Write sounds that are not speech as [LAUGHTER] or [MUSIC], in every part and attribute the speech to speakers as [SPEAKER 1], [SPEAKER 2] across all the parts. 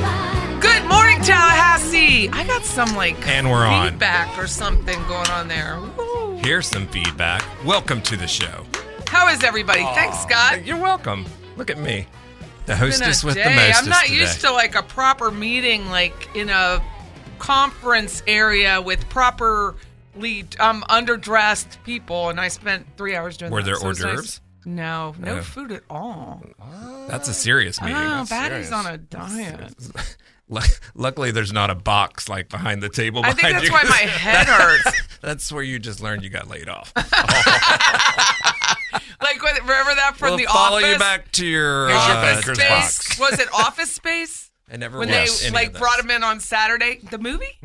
[SPEAKER 1] five.
[SPEAKER 2] Good morning, Tallahassee. I got some like
[SPEAKER 3] And we're on.
[SPEAKER 2] feedback or something going on there. Woo.
[SPEAKER 3] Here's some feedback. Welcome to the show.
[SPEAKER 2] How is everybody? Thanks, Scott.
[SPEAKER 3] You're welcome. Look at me. The
[SPEAKER 2] It's been a
[SPEAKER 3] hostess with the
[SPEAKER 2] day.
[SPEAKER 3] mostest
[SPEAKER 2] I'm not
[SPEAKER 3] today.
[SPEAKER 2] used to like a proper meeting, like in a conference area with properly um, underdressed people, and I spent three hours doing
[SPEAKER 3] Were
[SPEAKER 2] that.
[SPEAKER 3] there Oh,
[SPEAKER 2] so
[SPEAKER 3] hors
[SPEAKER 2] it's nice.
[SPEAKER 3] d'oeuvres?
[SPEAKER 2] No, no
[SPEAKER 3] Oh.
[SPEAKER 2] food at all.
[SPEAKER 3] That's a serious meeting.
[SPEAKER 2] Oh, Patty's on a diet.
[SPEAKER 3] Lu- Luckily, there's not a box like behind the table.
[SPEAKER 2] I think
[SPEAKER 3] behind
[SPEAKER 2] that's
[SPEAKER 3] you.
[SPEAKER 2] why my
[SPEAKER 3] [LAUGHS]
[SPEAKER 2] head hurts.
[SPEAKER 3] that's where you just learned you got
[SPEAKER 2] [LAUGHS]
[SPEAKER 3] laid off.
[SPEAKER 2] Like, what- remember that from
[SPEAKER 3] we'll
[SPEAKER 2] the
[SPEAKER 3] follow
[SPEAKER 2] office?
[SPEAKER 3] you back to your,
[SPEAKER 2] Your
[SPEAKER 3] uh,
[SPEAKER 2] office
[SPEAKER 3] address
[SPEAKER 2] space.
[SPEAKER 3] box.
[SPEAKER 2] Was it office space?
[SPEAKER 3] I never
[SPEAKER 2] when
[SPEAKER 3] watched
[SPEAKER 2] they
[SPEAKER 3] any
[SPEAKER 2] like
[SPEAKER 3] of
[SPEAKER 2] brought
[SPEAKER 3] those.
[SPEAKER 2] him in on Saturday. The movie?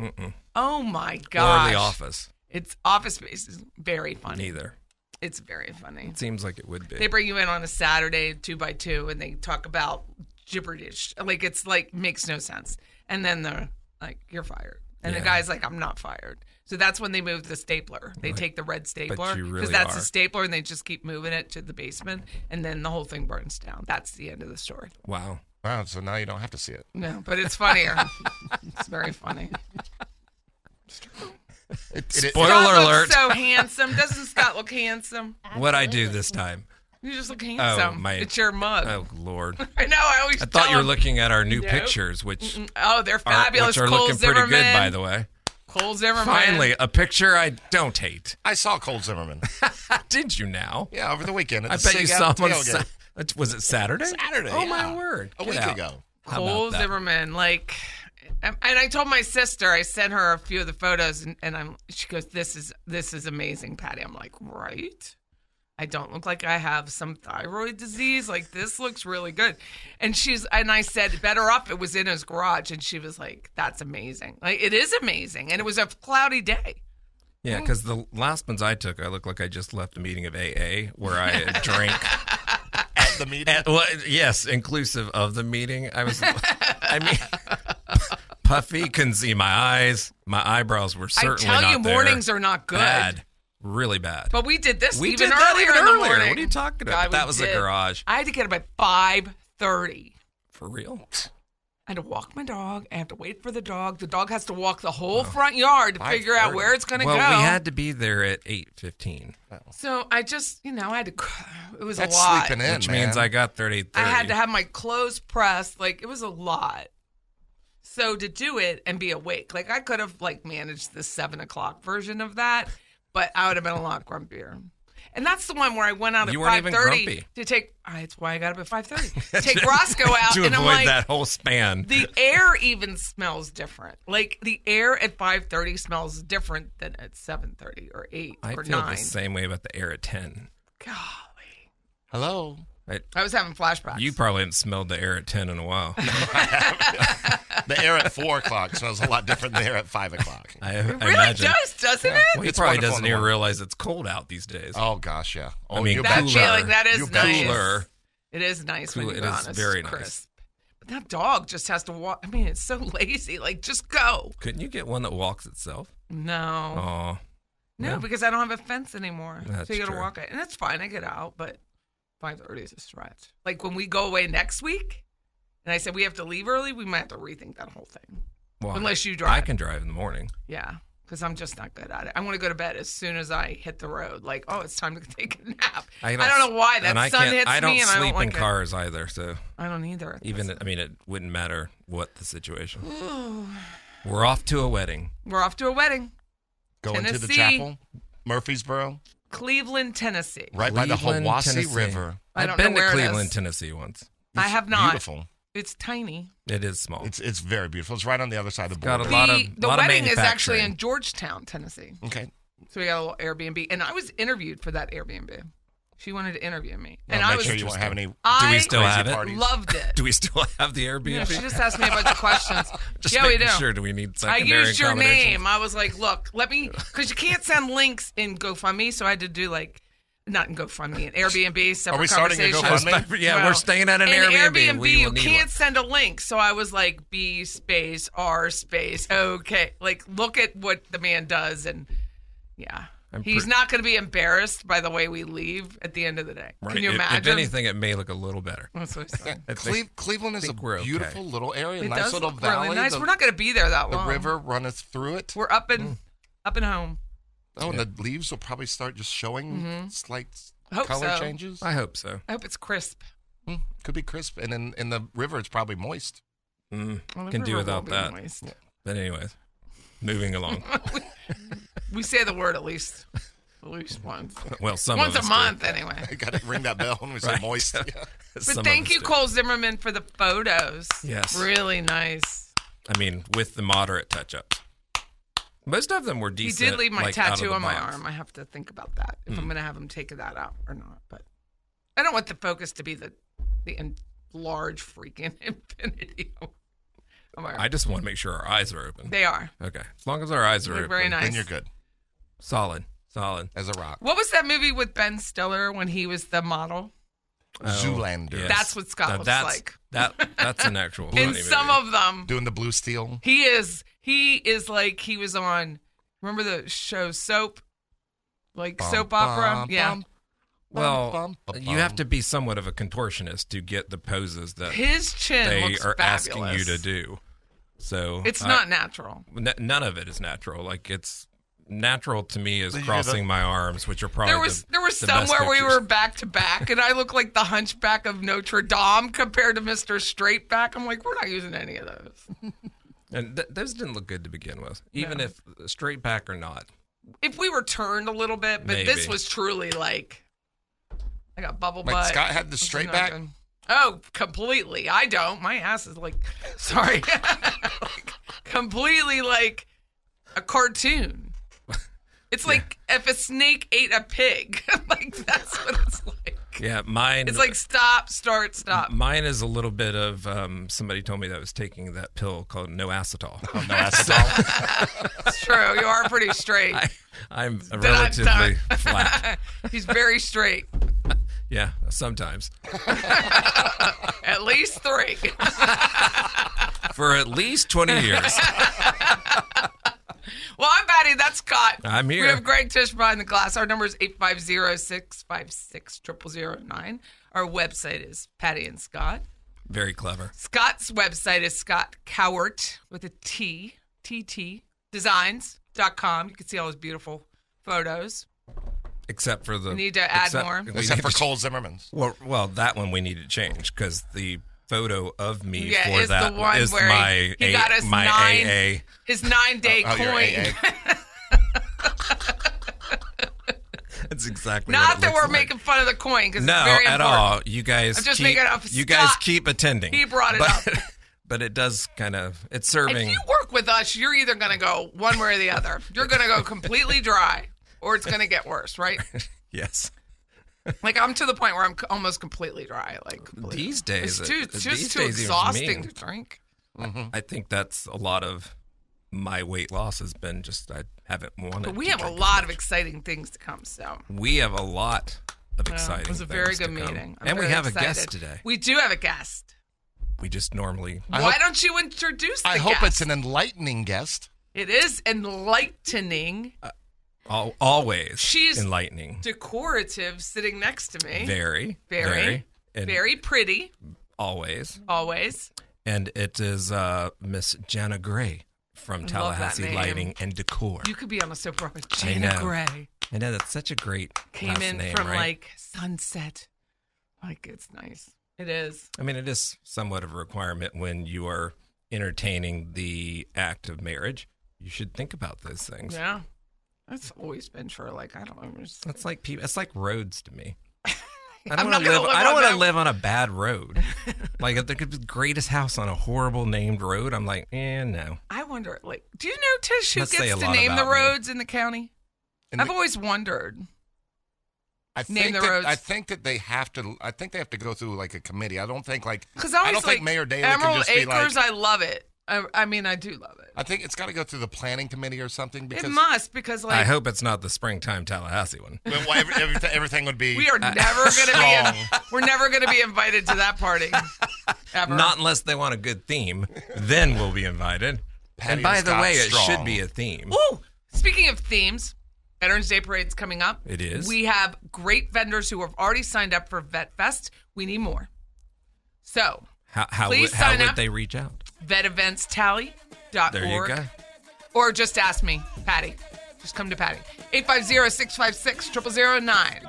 [SPEAKER 2] Oh my
[SPEAKER 3] or
[SPEAKER 2] gosh!
[SPEAKER 3] the office.
[SPEAKER 2] It's Office Space is very funny.
[SPEAKER 3] Neither.
[SPEAKER 2] It's very funny.
[SPEAKER 3] It seems like it would be.
[SPEAKER 2] They bring you in on a Saturday, two by two, and they talk about gibberish. Like it's like makes no sense. And then they're like, "You're fired," and the
[SPEAKER 3] Yeah.
[SPEAKER 2] guy's like, "I'm not fired." So that's when they move the stapler. They take the red stapler
[SPEAKER 3] you really
[SPEAKER 2] that's
[SPEAKER 3] are.
[SPEAKER 2] a stapler, and they just keep moving it to the basement, and then the whole thing burns down. That's the end of the story.
[SPEAKER 3] wow.
[SPEAKER 4] Wow, so now you don't have to see it.
[SPEAKER 2] No, but it's funnier.
[SPEAKER 3] [LAUGHS]
[SPEAKER 2] it's very funny.
[SPEAKER 4] It- it- it-
[SPEAKER 3] Spoiler
[SPEAKER 2] Scott
[SPEAKER 3] alert.
[SPEAKER 2] looks so handsome. Doesn't Scott look handsome?
[SPEAKER 3] what I do this time?
[SPEAKER 2] You just look handsome.
[SPEAKER 3] Oh, my-
[SPEAKER 2] It's your mug.
[SPEAKER 3] Oh Lord.
[SPEAKER 2] I know. I always.
[SPEAKER 3] I thought
[SPEAKER 2] tell
[SPEAKER 3] you were
[SPEAKER 2] him-
[SPEAKER 3] looking at our new
[SPEAKER 2] No.
[SPEAKER 3] pictures, which
[SPEAKER 2] Oh, they're
[SPEAKER 3] are,
[SPEAKER 2] fabulous.
[SPEAKER 3] which are
[SPEAKER 2] Cole
[SPEAKER 3] looking
[SPEAKER 2] Zimmerman. Uh-huh.
[SPEAKER 3] pretty good, by the way.
[SPEAKER 2] Cole Zimmerman.
[SPEAKER 3] Finally, a picture I
[SPEAKER 2] [LAUGHS]
[SPEAKER 3] don't hate. [LAUGHS]
[SPEAKER 4] I saw Cole Zimmerman.
[SPEAKER 3] Did you now?
[SPEAKER 4] Yeah, over the weekend.
[SPEAKER 3] [LAUGHS]
[SPEAKER 4] At
[SPEAKER 3] I
[SPEAKER 4] the
[SPEAKER 3] bet you
[SPEAKER 4] Sig
[SPEAKER 3] saw
[SPEAKER 4] Out
[SPEAKER 3] him on
[SPEAKER 4] tailgate.
[SPEAKER 3] Sa- Was it Saturday?
[SPEAKER 4] Saturday.
[SPEAKER 3] Oh my
[SPEAKER 4] yeah.
[SPEAKER 3] word!
[SPEAKER 4] A
[SPEAKER 3] Get
[SPEAKER 4] week
[SPEAKER 3] out.
[SPEAKER 4] ago.
[SPEAKER 3] How about
[SPEAKER 2] Cole
[SPEAKER 3] that?
[SPEAKER 2] Zimmerman. Like, and I told my sister. I sent her a few of the photos, and, and I'm. She goes, "This is this is amazing, Patty." I'm like, right. I don't look like I have some thyroid disease. Like this looks really good. And she's and I said, better off it was in his garage. And she was like, That's amazing. Like it is amazing. And it was a cloudy day.
[SPEAKER 3] Yeah, because the last ones I took, I look like I just left a meeting of AA where I
[SPEAKER 2] [LAUGHS]
[SPEAKER 3] drank.
[SPEAKER 4] At the meeting.
[SPEAKER 3] At, well, yes, inclusive of the meeting. I was, I mean, [LAUGHS] puffy, couldn't see my eyes. My eyebrows were certainly
[SPEAKER 2] I tell
[SPEAKER 3] not
[SPEAKER 2] you,
[SPEAKER 3] there.
[SPEAKER 2] mornings are not good.
[SPEAKER 3] Bad, really bad.
[SPEAKER 2] But we did this
[SPEAKER 3] We
[SPEAKER 2] even
[SPEAKER 3] did that
[SPEAKER 2] earlier
[SPEAKER 3] even
[SPEAKER 2] in the
[SPEAKER 3] earlier.
[SPEAKER 2] morning.
[SPEAKER 3] What are you talking about?
[SPEAKER 2] God,
[SPEAKER 3] That
[SPEAKER 2] we
[SPEAKER 3] was a
[SPEAKER 2] did.
[SPEAKER 3] garage.
[SPEAKER 2] I had to get up at five thirty.
[SPEAKER 3] For real?
[SPEAKER 2] I had to walk my dog. I have to wait for the dog. The dog has to walk the whole front yard to figure out where it's going to
[SPEAKER 3] Oh, well,
[SPEAKER 2] go.
[SPEAKER 3] we had to be there at eight fifteen,
[SPEAKER 2] so I just, you know, I had to. It was
[SPEAKER 4] That's
[SPEAKER 2] a lot.
[SPEAKER 4] sleeping in,
[SPEAKER 3] which
[SPEAKER 4] man.
[SPEAKER 3] means I got there at eight
[SPEAKER 2] I
[SPEAKER 3] thirty.
[SPEAKER 2] had to
[SPEAKER 3] [LAUGHS]
[SPEAKER 2] have my clothes pressed. Like it was a lot. So to do it and be awake, like I could have like managed the seven o'clock version of that, but I would have been a lot grumpier. And that's the one where I went out at
[SPEAKER 3] You weren't
[SPEAKER 2] five
[SPEAKER 3] even
[SPEAKER 2] thirty
[SPEAKER 3] grumpy.
[SPEAKER 2] to take. ah, That's why I got up at five
[SPEAKER 3] [LAUGHS]
[SPEAKER 2] thirty. Take Roscoe out,
[SPEAKER 3] to
[SPEAKER 2] and
[SPEAKER 3] avoid
[SPEAKER 2] I'm like,
[SPEAKER 3] that whole span.
[SPEAKER 2] the air even smells different. Like the air at five thirty smells different than at seven thirty or eight
[SPEAKER 3] I
[SPEAKER 2] or
[SPEAKER 3] feel
[SPEAKER 2] nine.
[SPEAKER 3] the same way about the air at ten.
[SPEAKER 2] Golly,
[SPEAKER 4] Hello.
[SPEAKER 3] I,
[SPEAKER 2] I was having flashbacks.
[SPEAKER 3] you probably haven't smelled the air at ten in
[SPEAKER 2] [LAUGHS]
[SPEAKER 3] a while.
[SPEAKER 4] The air at four o'clock smells a lot different than the air at five o'clock.
[SPEAKER 3] I,
[SPEAKER 2] it
[SPEAKER 3] I
[SPEAKER 2] really
[SPEAKER 3] imagine.
[SPEAKER 2] does, doesn't it?
[SPEAKER 3] Well, he
[SPEAKER 4] It's
[SPEAKER 3] probably
[SPEAKER 4] wonderful in
[SPEAKER 3] doesn't
[SPEAKER 4] the
[SPEAKER 3] even
[SPEAKER 4] morning.
[SPEAKER 3] realize it's cold out these days.
[SPEAKER 4] Oh gosh, yeah. Oh,
[SPEAKER 3] mean,
[SPEAKER 4] you
[SPEAKER 3] that
[SPEAKER 4] betcha.
[SPEAKER 3] feeling-
[SPEAKER 2] feeling that
[SPEAKER 4] You
[SPEAKER 2] is nice.
[SPEAKER 4] betcha.
[SPEAKER 3] Cooler.
[SPEAKER 2] It is nice when
[SPEAKER 3] Cool-
[SPEAKER 2] you're
[SPEAKER 3] it is
[SPEAKER 2] honest.
[SPEAKER 3] very nice.
[SPEAKER 2] crisp. But that dog just has to walk. I mean, it's so [LAUGHS] lazy. Like, just go.
[SPEAKER 3] Couldn't you get one that walks itself?
[SPEAKER 2] No,
[SPEAKER 3] Oh,
[SPEAKER 2] no,
[SPEAKER 3] yeah.
[SPEAKER 2] because I don't have a fence anymore.
[SPEAKER 3] That's
[SPEAKER 2] so you gotta
[SPEAKER 3] true.
[SPEAKER 2] walk it, and that's fine. I get out, but five thirty is a stretch. Like when we go away next week, and I said we have to leave early, we might have to rethink that whole thing.
[SPEAKER 3] well,
[SPEAKER 2] Unless you
[SPEAKER 3] I
[SPEAKER 2] drive.
[SPEAKER 3] can drive in the morning.
[SPEAKER 2] Yeah, because I'm just not good at it. I want to go to bed as soon as I hit the road. Like, oh, it's time to [LAUGHS] take a nap. I don't, know why that
[SPEAKER 3] and I
[SPEAKER 2] sun
[SPEAKER 3] can't-
[SPEAKER 2] hits
[SPEAKER 3] I don't
[SPEAKER 2] me, and
[SPEAKER 3] sleep
[SPEAKER 2] I don't
[SPEAKER 3] in
[SPEAKER 2] like it.
[SPEAKER 3] cars either. So
[SPEAKER 2] I don't either.
[SPEAKER 3] even I mean, it wouldn't matter what
[SPEAKER 2] [SIGHS]
[SPEAKER 3] the situation. We're off to a wedding.
[SPEAKER 2] we're off to a wedding.
[SPEAKER 4] Going to the
[SPEAKER 2] Tennessee.
[SPEAKER 4] chapel, Murfreesboro,
[SPEAKER 2] Cleveland, Tennessee.
[SPEAKER 4] right by the
[SPEAKER 3] Cleveland,
[SPEAKER 4] Hiawassee
[SPEAKER 3] Tennessee.
[SPEAKER 4] River.
[SPEAKER 2] I
[SPEAKER 3] I've
[SPEAKER 2] don't
[SPEAKER 3] been
[SPEAKER 2] know
[SPEAKER 3] to
[SPEAKER 2] where it
[SPEAKER 3] Cleveland,
[SPEAKER 2] is.
[SPEAKER 3] Tennessee once.
[SPEAKER 2] I
[SPEAKER 4] It's
[SPEAKER 2] have not.
[SPEAKER 4] Beautiful.
[SPEAKER 2] It's tiny.
[SPEAKER 3] It is small.
[SPEAKER 4] It's it's very beautiful. It's right on the other side of the
[SPEAKER 3] Got
[SPEAKER 4] border.
[SPEAKER 3] a lot
[SPEAKER 2] the
[SPEAKER 3] of-
[SPEAKER 2] the
[SPEAKER 3] lot of
[SPEAKER 2] wedding is actually
[SPEAKER 3] manufacturing.
[SPEAKER 2] in Georgetown, Tennessee.
[SPEAKER 4] okay.
[SPEAKER 2] So we got a little Airbnb, and I was interviewed for that Airbnb. She wanted to interview me,
[SPEAKER 4] Well,
[SPEAKER 2] and
[SPEAKER 4] make
[SPEAKER 2] I was
[SPEAKER 4] sure you won't have any.
[SPEAKER 2] I
[SPEAKER 3] Do we still
[SPEAKER 4] Crazy
[SPEAKER 3] have it?
[SPEAKER 4] party.
[SPEAKER 2] loved it.
[SPEAKER 3] [LAUGHS] Do we still have the Airbnb?
[SPEAKER 2] You know, she just asked me a bunch of questions.
[SPEAKER 3] [LAUGHS] Just
[SPEAKER 2] yeah, we do.
[SPEAKER 3] making Sure, do we need
[SPEAKER 2] I
[SPEAKER 3] secondary
[SPEAKER 2] used your
[SPEAKER 3] accommodations?
[SPEAKER 2] name. I was like, look, let me, because you can't send links in GoFundMe, so I had to do like, not in GoFundMe, in Airbnb. Separate
[SPEAKER 4] Are we starting a
[SPEAKER 2] conversation.
[SPEAKER 3] I was about- [LAUGHS]
[SPEAKER 4] GoFundMe?
[SPEAKER 3] yeah,
[SPEAKER 2] Well,
[SPEAKER 3] we're staying at an
[SPEAKER 2] in
[SPEAKER 3] Airbnb.
[SPEAKER 2] Airbnb,
[SPEAKER 3] we
[SPEAKER 2] you
[SPEAKER 3] will need
[SPEAKER 2] can't
[SPEAKER 3] one.
[SPEAKER 2] send a link. So I was like, B space R space. Okay, like look at what the man does, and yeah,
[SPEAKER 3] I'm
[SPEAKER 2] he's
[SPEAKER 3] pre-
[SPEAKER 2] not going to be embarrassed by the way we leave at the end of the day.
[SPEAKER 3] Right.
[SPEAKER 2] Can you
[SPEAKER 3] if, if
[SPEAKER 2] imagine?
[SPEAKER 3] anything, it may look a little better.
[SPEAKER 2] That's what I
[SPEAKER 4] [LAUGHS]
[SPEAKER 2] said.
[SPEAKER 3] I think-
[SPEAKER 4] Cle- Cleveland is a
[SPEAKER 3] think we're okay.
[SPEAKER 4] beautiful little area.
[SPEAKER 2] It
[SPEAKER 4] nice
[SPEAKER 2] does
[SPEAKER 4] little
[SPEAKER 2] look
[SPEAKER 4] valley.
[SPEAKER 2] really nice.
[SPEAKER 4] The,
[SPEAKER 2] We're not going to be there that
[SPEAKER 4] the
[SPEAKER 2] long.
[SPEAKER 4] river runneth through it.
[SPEAKER 2] We're up
[SPEAKER 3] Hmm.
[SPEAKER 2] and up and home.
[SPEAKER 4] Oh, and the leaves will probably start just showing slight
[SPEAKER 2] Mm-hmm. Hope
[SPEAKER 4] color
[SPEAKER 2] so.
[SPEAKER 4] changes.
[SPEAKER 3] I hope so.
[SPEAKER 2] I hope it's crisp.
[SPEAKER 4] Mm, Could be crisp, and in, in the river, it's probably moist.
[SPEAKER 3] Mm,
[SPEAKER 2] Well, the
[SPEAKER 3] can do
[SPEAKER 2] river
[SPEAKER 3] without
[SPEAKER 2] won't be
[SPEAKER 3] that.
[SPEAKER 2] moist.
[SPEAKER 3] But anyways, moving
[SPEAKER 2] [LAUGHS]
[SPEAKER 3] along.
[SPEAKER 2] We say the word at least at least
[SPEAKER 3] [LAUGHS]
[SPEAKER 2] once.
[SPEAKER 3] Well, some
[SPEAKER 2] once a
[SPEAKER 3] of us do. [LAUGHS]
[SPEAKER 2] month anyway.
[SPEAKER 4] I got to ring that bell when we say
[SPEAKER 3] Right.
[SPEAKER 4] moist. Yeah.
[SPEAKER 2] But
[SPEAKER 3] Some of
[SPEAKER 2] thank
[SPEAKER 3] us
[SPEAKER 2] you,
[SPEAKER 3] do.
[SPEAKER 2] Cole Zimmerman, for the photos.
[SPEAKER 3] Yes.
[SPEAKER 2] Really nice.
[SPEAKER 3] I mean, with the moderate touch-ups. Most of them were
[SPEAKER 2] He
[SPEAKER 3] decent.
[SPEAKER 2] did leave my
[SPEAKER 3] like, out of
[SPEAKER 2] tattoo
[SPEAKER 3] the
[SPEAKER 2] on my
[SPEAKER 3] box. Hmm.
[SPEAKER 2] arm. I have to think about that if I'm going to have him take that out or not. But I don't want the focus to be the the in, large freaking [LAUGHS] infinity. on my arm.
[SPEAKER 3] I just want to make sure our eyes are open.
[SPEAKER 2] they are.
[SPEAKER 3] Okay, as long as our eyes are
[SPEAKER 2] They're
[SPEAKER 3] open,
[SPEAKER 2] very nice.
[SPEAKER 4] Then you're good
[SPEAKER 3] solid, solid.
[SPEAKER 4] as a rock.
[SPEAKER 2] What was that movie with Ben Stiller when he was the model?
[SPEAKER 4] Zoolander.
[SPEAKER 2] That's what Scott
[SPEAKER 3] Oh, Now,
[SPEAKER 2] looks
[SPEAKER 3] that's,
[SPEAKER 2] like.
[SPEAKER 3] That
[SPEAKER 2] [LAUGHS]
[SPEAKER 3] that's an actual.
[SPEAKER 2] In
[SPEAKER 3] funny
[SPEAKER 2] some
[SPEAKER 3] movie.
[SPEAKER 2] of them,
[SPEAKER 4] Doing the blue steel.
[SPEAKER 2] He is. He is like he was on. Remember the show Soap, like
[SPEAKER 4] Bum,
[SPEAKER 2] soap opera.
[SPEAKER 4] bum,
[SPEAKER 2] yeah,
[SPEAKER 4] bum, bum,
[SPEAKER 3] well,
[SPEAKER 4] bum, bum,
[SPEAKER 3] you have
[SPEAKER 4] bum.
[SPEAKER 3] to be somewhat of a contortionist to get the poses that
[SPEAKER 2] his chin
[SPEAKER 3] they
[SPEAKER 2] looks
[SPEAKER 3] are
[SPEAKER 2] fabulous.
[SPEAKER 3] asking you to do. uh, So
[SPEAKER 2] It's
[SPEAKER 3] I-
[SPEAKER 2] not natural.
[SPEAKER 3] N- none of it is natural. Like it's natural to me is
[SPEAKER 4] Did you hear
[SPEAKER 3] crossing my arms, which are probably
[SPEAKER 2] There was
[SPEAKER 3] the-
[SPEAKER 2] there was
[SPEAKER 3] the best
[SPEAKER 2] somewhere we
[SPEAKER 3] pictures.
[SPEAKER 2] were back to back, and I look like the Hunchback of Notre Dame compared to Mister Straightback. I'm like, we're not using any of those.
[SPEAKER 3] and th- those didn't look good to begin with, even
[SPEAKER 2] No.
[SPEAKER 3] if straight back or not.
[SPEAKER 2] If we were turned a little bit, but this
[SPEAKER 3] Maybe.
[SPEAKER 2] was truly like, I got bubble
[SPEAKER 4] Wait,
[SPEAKER 2] butt.
[SPEAKER 4] Scott had the
[SPEAKER 2] This is
[SPEAKER 4] straight
[SPEAKER 2] not
[SPEAKER 4] back?
[SPEAKER 2] good. Oh, completely. I don't. My ass is like, [LAUGHS] sorry, like, completely like a
[SPEAKER 4] [LAUGHS]
[SPEAKER 2] cartoon. It's like if a snake ate a pig. [LAUGHS] like that's what it's [LAUGHS] like.
[SPEAKER 3] Yeah, mine.
[SPEAKER 2] It's like stop, start, stop.
[SPEAKER 3] mine is a little bit of. Um, somebody told me that I was taking that pill called
[SPEAKER 2] Oh,
[SPEAKER 3] [LAUGHS] noacetol.
[SPEAKER 4] No, that's all.
[SPEAKER 2] It's true. You are pretty
[SPEAKER 4] [LAUGHS]
[SPEAKER 2] straight.
[SPEAKER 3] I,
[SPEAKER 2] [LAUGHS]
[SPEAKER 3] I'm
[SPEAKER 2] Dun,
[SPEAKER 3] relatively
[SPEAKER 2] dun.
[SPEAKER 3] flat.
[SPEAKER 2] He's very straight.
[SPEAKER 3] Yeah, sometimes
[SPEAKER 2] At least three.
[SPEAKER 3] for at least twenty
[SPEAKER 2] [LAUGHS]
[SPEAKER 3] years.
[SPEAKER 2] Well, I'm Patty. That's Scott.
[SPEAKER 3] I'm here.
[SPEAKER 2] We have Greg Tish behind the glass. Our number is 850 656 0009. Our website is Patty and Scott.
[SPEAKER 3] Very clever.
[SPEAKER 2] Scott's website is Scott Cowart with a T, TT, designs.com. You can see all his beautiful photos.
[SPEAKER 3] Except for the.
[SPEAKER 2] Need to add
[SPEAKER 3] except-
[SPEAKER 2] more?
[SPEAKER 3] we
[SPEAKER 4] Except
[SPEAKER 3] need
[SPEAKER 4] for
[SPEAKER 3] to-
[SPEAKER 4] Cole Zimmerman's.
[SPEAKER 3] Well, well, that one we need to change because the photo of me
[SPEAKER 2] Yeah,
[SPEAKER 3] for
[SPEAKER 2] is the
[SPEAKER 3] that
[SPEAKER 2] one
[SPEAKER 3] is
[SPEAKER 2] where he-
[SPEAKER 3] my
[SPEAKER 2] he got us
[SPEAKER 3] my
[SPEAKER 2] nine-
[SPEAKER 3] AA.
[SPEAKER 2] His nine day
[SPEAKER 4] Oh,
[SPEAKER 2] coin.
[SPEAKER 4] your AA.
[SPEAKER 3] That's exactly what
[SPEAKER 2] Not
[SPEAKER 3] it
[SPEAKER 2] that
[SPEAKER 3] looks
[SPEAKER 2] we're
[SPEAKER 3] like.
[SPEAKER 2] making fun of the coin because
[SPEAKER 3] no
[SPEAKER 2] it's very
[SPEAKER 3] at
[SPEAKER 2] important.
[SPEAKER 3] all. You guys
[SPEAKER 2] I'm just
[SPEAKER 3] keep,
[SPEAKER 2] making up
[SPEAKER 3] you guys
[SPEAKER 2] Scott.
[SPEAKER 3] keep attending.
[SPEAKER 2] He brought it
[SPEAKER 3] but,
[SPEAKER 2] up.
[SPEAKER 3] [LAUGHS] but it does kind of it's
[SPEAKER 2] If
[SPEAKER 3] serving.
[SPEAKER 2] you work with us, you're either going to go one way or the other. You're going to go completely dry or it's going to get worse, right?
[SPEAKER 3] yes,
[SPEAKER 2] Like I'm to the point where I'm c- almost completely dry. Like completely.
[SPEAKER 3] these days
[SPEAKER 2] it's too,
[SPEAKER 3] it-
[SPEAKER 2] it's
[SPEAKER 3] these
[SPEAKER 2] just too
[SPEAKER 3] days even for me,
[SPEAKER 2] exhausting to drink.
[SPEAKER 3] I think that's a lot of my weight loss has been just I haven't wanted.
[SPEAKER 2] But we
[SPEAKER 3] to
[SPEAKER 2] have a
[SPEAKER 3] drink as
[SPEAKER 2] lot of
[SPEAKER 3] [LAUGHS] much.
[SPEAKER 2] exciting things to come. So
[SPEAKER 3] we have a lot of exciting.
[SPEAKER 2] it was a
[SPEAKER 3] things
[SPEAKER 2] very
[SPEAKER 3] to
[SPEAKER 2] good
[SPEAKER 3] come.
[SPEAKER 2] meeting. I'm
[SPEAKER 3] and we
[SPEAKER 2] very
[SPEAKER 3] have a guest
[SPEAKER 2] excited.
[SPEAKER 3] today.
[SPEAKER 2] We do have a guest.
[SPEAKER 3] We just normally
[SPEAKER 4] I
[SPEAKER 2] Why
[SPEAKER 4] hope-
[SPEAKER 2] don't you introduce? The
[SPEAKER 4] I hope it's
[SPEAKER 2] guest?
[SPEAKER 4] an enlightening guest.
[SPEAKER 2] It is enlightening,
[SPEAKER 3] al- always
[SPEAKER 2] She's-
[SPEAKER 3] enlightening.
[SPEAKER 2] decorative, sitting next to me.
[SPEAKER 3] Very,
[SPEAKER 2] Very,
[SPEAKER 3] and
[SPEAKER 2] Very pretty,
[SPEAKER 3] always.
[SPEAKER 2] always.
[SPEAKER 3] And it is uh, Miss Jana Gray from
[SPEAKER 2] that
[SPEAKER 3] Tallahassee
[SPEAKER 2] name.
[SPEAKER 3] Lighting and Decor.
[SPEAKER 2] You could be on a soap opera. Jana
[SPEAKER 3] know.
[SPEAKER 2] Gray
[SPEAKER 3] I know that's such a great
[SPEAKER 2] came
[SPEAKER 3] last
[SPEAKER 2] in
[SPEAKER 3] name,
[SPEAKER 2] from
[SPEAKER 3] right?
[SPEAKER 2] like Sunset. Like it's nice. It is.
[SPEAKER 3] I mean, it is somewhat of a requirement when you are entertaining the act of marriage. You should think about those things.
[SPEAKER 2] Yeah. That's always been true. Like I don't understand.
[SPEAKER 3] That's like people. It's like roads to
[SPEAKER 2] [LAUGHS]
[SPEAKER 3] me. I
[SPEAKER 2] I'm
[SPEAKER 3] don't want
[SPEAKER 2] not
[SPEAKER 3] to
[SPEAKER 2] gonna
[SPEAKER 3] live.
[SPEAKER 2] live
[SPEAKER 3] I don't
[SPEAKER 2] on
[SPEAKER 3] want to
[SPEAKER 2] that-
[SPEAKER 3] live on a
[SPEAKER 2] [LAUGHS]
[SPEAKER 3] bad road. like if there could be the greatest house on a horrible named road, I'm like, eh, no.
[SPEAKER 2] I wonder. Like, do you know Tish who
[SPEAKER 3] Must say
[SPEAKER 2] gets
[SPEAKER 3] a
[SPEAKER 2] to
[SPEAKER 3] lot
[SPEAKER 2] name the
[SPEAKER 3] about me.
[SPEAKER 2] roads in the county?
[SPEAKER 4] And
[SPEAKER 2] I've
[SPEAKER 4] the-
[SPEAKER 2] always wondered.
[SPEAKER 4] I
[SPEAKER 2] Name
[SPEAKER 4] think
[SPEAKER 2] the
[SPEAKER 4] that,
[SPEAKER 2] roads.
[SPEAKER 4] I think that they have to. I think they have to go through like a committee. I don't think like.
[SPEAKER 2] Because I always
[SPEAKER 4] don't
[SPEAKER 2] like
[SPEAKER 4] think Mayor Daley
[SPEAKER 2] Emerald
[SPEAKER 4] can just be like.
[SPEAKER 2] Acres. I love it. I, I mean, I do love it.
[SPEAKER 4] I think it's got to go through the planning committee or something because
[SPEAKER 2] It must because like
[SPEAKER 3] I hope it's not the springtime Tallahassee one.
[SPEAKER 4] Well, well, every- everything, everything would be.
[SPEAKER 2] we are
[SPEAKER 3] uh,
[SPEAKER 2] never going to be. In,
[SPEAKER 4] Strong.
[SPEAKER 2] [LAUGHS] we're never going to be invited to that party.
[SPEAKER 3] [LAUGHS]
[SPEAKER 2] Ever.
[SPEAKER 3] Not unless they want a good theme, then we'll be invited.
[SPEAKER 4] Patty
[SPEAKER 3] and by
[SPEAKER 4] and
[SPEAKER 3] the
[SPEAKER 4] Scott
[SPEAKER 3] way,
[SPEAKER 4] Strong.
[SPEAKER 3] it should be a theme.
[SPEAKER 2] Ooh, speaking of themes, Veterans Day Parade's coming up.
[SPEAKER 3] It is.
[SPEAKER 2] We have great vendors who have already signed up for Vet Fest. We need more. So
[SPEAKER 3] How, how,
[SPEAKER 2] Please
[SPEAKER 3] would, how
[SPEAKER 2] sign
[SPEAKER 3] would
[SPEAKER 2] up.
[SPEAKER 3] they reach out?
[SPEAKER 2] veteventstally.org.
[SPEAKER 3] There you go.
[SPEAKER 2] Or just ask me, Patty. Just come to Patty. 850 656 0009.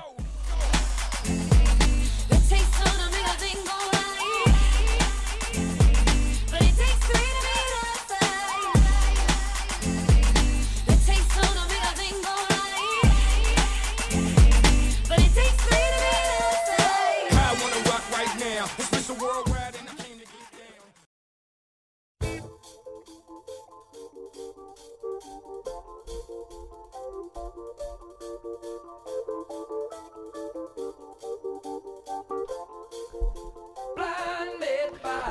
[SPEAKER 1] It takes two to make a thing go right. But it takes three to make it right. It takes two to make a thing go right. But it takes three to make it right.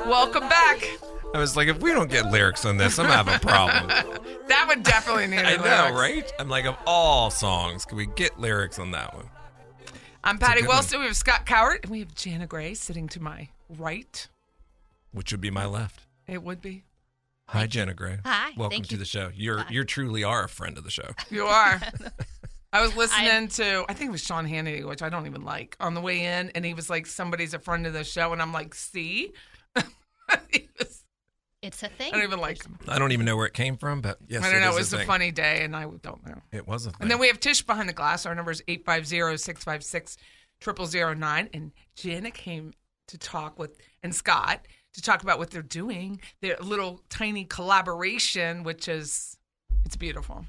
[SPEAKER 2] Welcome back.
[SPEAKER 3] I was like, if we don't get lyrics on this, I'm gonna have a problem.
[SPEAKER 2] That would definitely need a
[SPEAKER 3] [LAUGHS] I know,
[SPEAKER 2] lyrics.
[SPEAKER 3] right? I'm like, of all songs, can we get lyrics on that one?
[SPEAKER 2] I'm Patty
[SPEAKER 3] good one.
[SPEAKER 2] Wilson. We have Scott Cowart. And we have Jana Gray sitting to my right.
[SPEAKER 3] Which would be my left.
[SPEAKER 2] It would be.
[SPEAKER 3] Hi, Jenna Gray.
[SPEAKER 5] Hi,
[SPEAKER 3] Welcome
[SPEAKER 5] thank
[SPEAKER 3] to
[SPEAKER 5] you.
[SPEAKER 3] the show. You're you truly are a friend of the show.
[SPEAKER 2] You are.
[SPEAKER 3] [LAUGHS]
[SPEAKER 2] I was listening to, I think it was Sean Hannity, which I don't even like, on the way in, and he was like, somebody's a friend of the show. And I'm like, see? [LAUGHS] He was-
[SPEAKER 5] It's a thing.
[SPEAKER 2] I don't even like him.
[SPEAKER 3] I don't even know where it came from, but yes,
[SPEAKER 2] I don't know. It
[SPEAKER 3] is
[SPEAKER 2] was
[SPEAKER 3] a
[SPEAKER 2] a
[SPEAKER 3] thing.
[SPEAKER 2] funny day, and I don't know.
[SPEAKER 3] It was a thing.
[SPEAKER 2] And then we have Tish behind the glass. Our number is 850-656-0009. And Jana came to talk with, and Scott, to talk about what they're doing, their little tiny collaboration, which is, it's beautiful.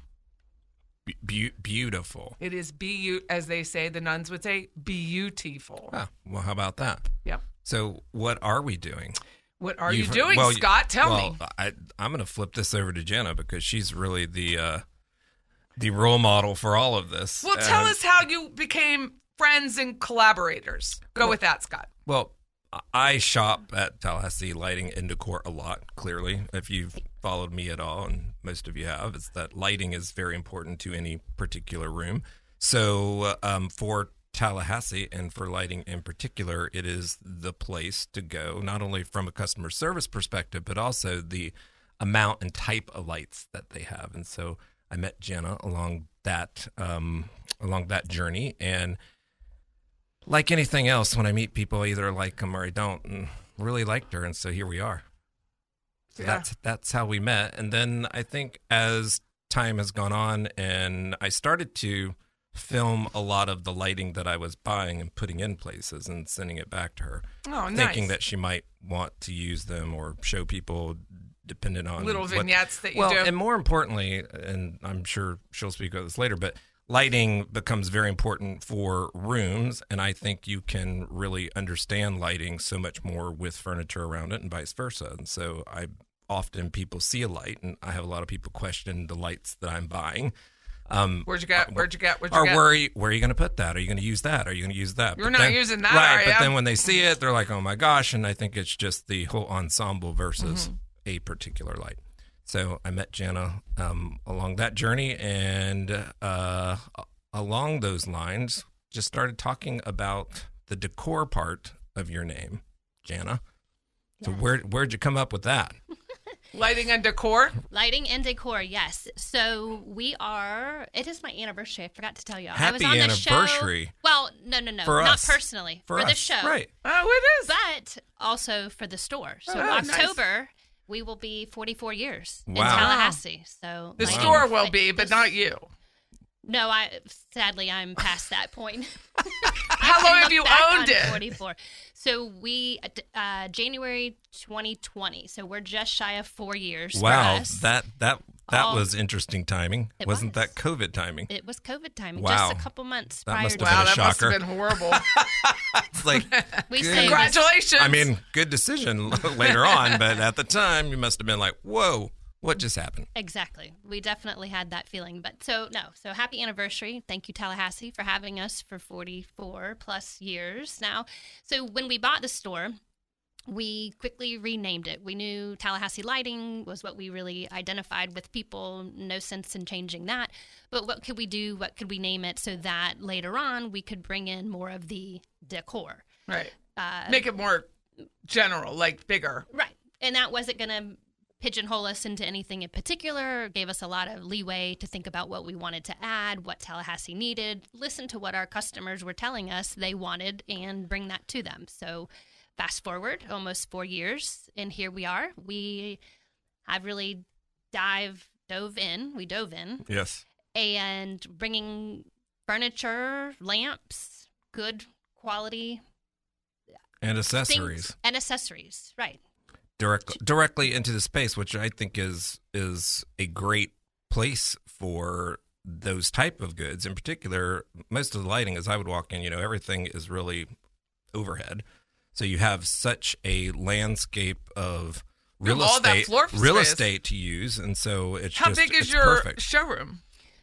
[SPEAKER 3] Be- be- beautiful.
[SPEAKER 2] It is be, as they say, the nuns would say, beautiful.
[SPEAKER 3] Oh, well, how about that?
[SPEAKER 2] Yep.
[SPEAKER 3] So, what are we doing?
[SPEAKER 2] What are
[SPEAKER 3] You've
[SPEAKER 2] you
[SPEAKER 3] heard-
[SPEAKER 2] doing,
[SPEAKER 3] well, you-
[SPEAKER 2] Scott? Tell
[SPEAKER 3] well,
[SPEAKER 2] me.
[SPEAKER 3] I, I'm going to flip this over to Jenna because she's really the uh, the role model for all of this.
[SPEAKER 2] Well, tell
[SPEAKER 3] And-
[SPEAKER 2] us how you became friends and collaborators. Go with that, Scott.
[SPEAKER 3] Well, I shop at Tallahassee Lighting and Decor a lot. Clearly, if you've followed me at all, and most of you have, is that lighting is very important to any particular room. So, um, for Tallahassee and for lighting in particular, it is the place to go. Not only from a customer service perspective, but also the amount and type of lights that they have. And so, I met Jenna along that um, along that journey, and like anything else, when I meet people, I either like them or I don't. And really liked her, and so here we are. So
[SPEAKER 2] Yeah.
[SPEAKER 3] That's that's how we met. And then I think as time has gone on, and I started to film a lot of the lighting that I was buying and putting in places and sending it back to her,
[SPEAKER 2] Oh, nice.
[SPEAKER 3] thinking that she might want to use them or show people, dependent on
[SPEAKER 2] Little
[SPEAKER 3] what-
[SPEAKER 2] vignettes that you
[SPEAKER 3] well,
[SPEAKER 2] do.
[SPEAKER 3] and more importantly, and I'm sure she'll speak of this later, but lighting becomes very important for rooms, and I think you can really understand lighting so much more with furniture around it, and vice versa. And so I often people see a light, and I have a lot of people question the lights that I'm buying. Um,
[SPEAKER 2] Where'd you get? Where'd you get? Where'd you
[SPEAKER 3] or
[SPEAKER 2] get?
[SPEAKER 3] where are you, where are you going to put that? Are you going to use that? Are you going to use that?
[SPEAKER 2] You're not using that,
[SPEAKER 3] right?
[SPEAKER 2] are
[SPEAKER 3] but
[SPEAKER 2] ya?
[SPEAKER 3] then when they see it, they're like, "Oh my gosh!" And I think it's just the whole ensemble versus
[SPEAKER 2] Mm-hmm.
[SPEAKER 3] a particular light. So I met Jana um, along that journey, and uh, along those lines, just started talking about the decor part of your name, Jana. So where where'd you come up with that?
[SPEAKER 2] Lighting and decor.
[SPEAKER 5] Lighting and decor, yes. So we are. It is my anniversary. I forgot to tell you. all I was
[SPEAKER 3] Happy
[SPEAKER 5] on the show-
[SPEAKER 3] anniversary.
[SPEAKER 5] Well, no, no, no,
[SPEAKER 3] For
[SPEAKER 5] not
[SPEAKER 3] us.
[SPEAKER 5] personally for, the
[SPEAKER 3] us.
[SPEAKER 5] show,
[SPEAKER 3] right?
[SPEAKER 2] Oh, it is.
[SPEAKER 5] But also for the store. So
[SPEAKER 2] Oh, nice.
[SPEAKER 5] October, we will be 44 years in
[SPEAKER 3] Wow.
[SPEAKER 5] Tallahassee. So
[SPEAKER 2] the
[SPEAKER 5] like-
[SPEAKER 2] store will be, but not you.
[SPEAKER 5] No, I sadly I'm past that point.
[SPEAKER 2] [LAUGHS] How long have you owned it?
[SPEAKER 5] 44. So we uh, January 2020. So we're just shy of four years. for
[SPEAKER 3] Wow,
[SPEAKER 5] us.
[SPEAKER 3] that that that
[SPEAKER 5] All-
[SPEAKER 3] was interesting timing.
[SPEAKER 5] Um, It
[SPEAKER 3] Wasn't
[SPEAKER 5] was.
[SPEAKER 3] that COVID timing?
[SPEAKER 5] It was COVID time.
[SPEAKER 3] Wow.
[SPEAKER 5] Just a couple months
[SPEAKER 3] That
[SPEAKER 5] prior
[SPEAKER 3] must
[SPEAKER 5] to
[SPEAKER 3] have
[SPEAKER 2] Wow,
[SPEAKER 3] been a
[SPEAKER 2] that must have
[SPEAKER 3] shocker.
[SPEAKER 2] been
[SPEAKER 5] [LAUGHS]
[SPEAKER 2] horrible.
[SPEAKER 3] It's like
[SPEAKER 5] We
[SPEAKER 3] Good.
[SPEAKER 5] say
[SPEAKER 2] Congratulations.
[SPEAKER 3] I mean, good decision [LAUGHS] later on, but at the time you must have been like, "Whoa, what just happened?"
[SPEAKER 5] exactly. We definitely had that feeling. But so no. So happy anniversary. Thank you Tallahassee for having us for 44 plus years now. So when we bought the store, we quickly renamed it. We knew Tallahassee Lighting was what we really identified with people. No sense in changing that. But what could we do? What could we name it so that later on we could bring in more of the decor?
[SPEAKER 2] right.
[SPEAKER 5] Uh,
[SPEAKER 2] Make it more general, like bigger.
[SPEAKER 5] Right. And that wasn't going to pigeonhole us into anything in particular, gave us a lot of leeway to think about what we wanted to add, what Tallahassee needed, listen to what our customers were telling us they wanted, and bring that to them. So, fast forward almost four years, and here we are. We have really dive dove in. We dove in
[SPEAKER 3] Yes.
[SPEAKER 5] and bringing furniture, lamps, good quality
[SPEAKER 3] And
[SPEAKER 5] things
[SPEAKER 3] accessories
[SPEAKER 5] and accessories. Right.
[SPEAKER 3] direct, directly into the space, which I think is is a great place for those type of goods. In particular, most of the lighting, as I would walk in, you know, everything is really overhead. So you have such a landscape of
[SPEAKER 2] You have
[SPEAKER 3] real
[SPEAKER 2] all that
[SPEAKER 3] estate,
[SPEAKER 2] floor
[SPEAKER 3] real
[SPEAKER 2] space.
[SPEAKER 3] estate to use, and so it's
[SPEAKER 2] How
[SPEAKER 3] just,
[SPEAKER 2] big is
[SPEAKER 3] it's
[SPEAKER 2] your
[SPEAKER 3] perfect.
[SPEAKER 2] showroom?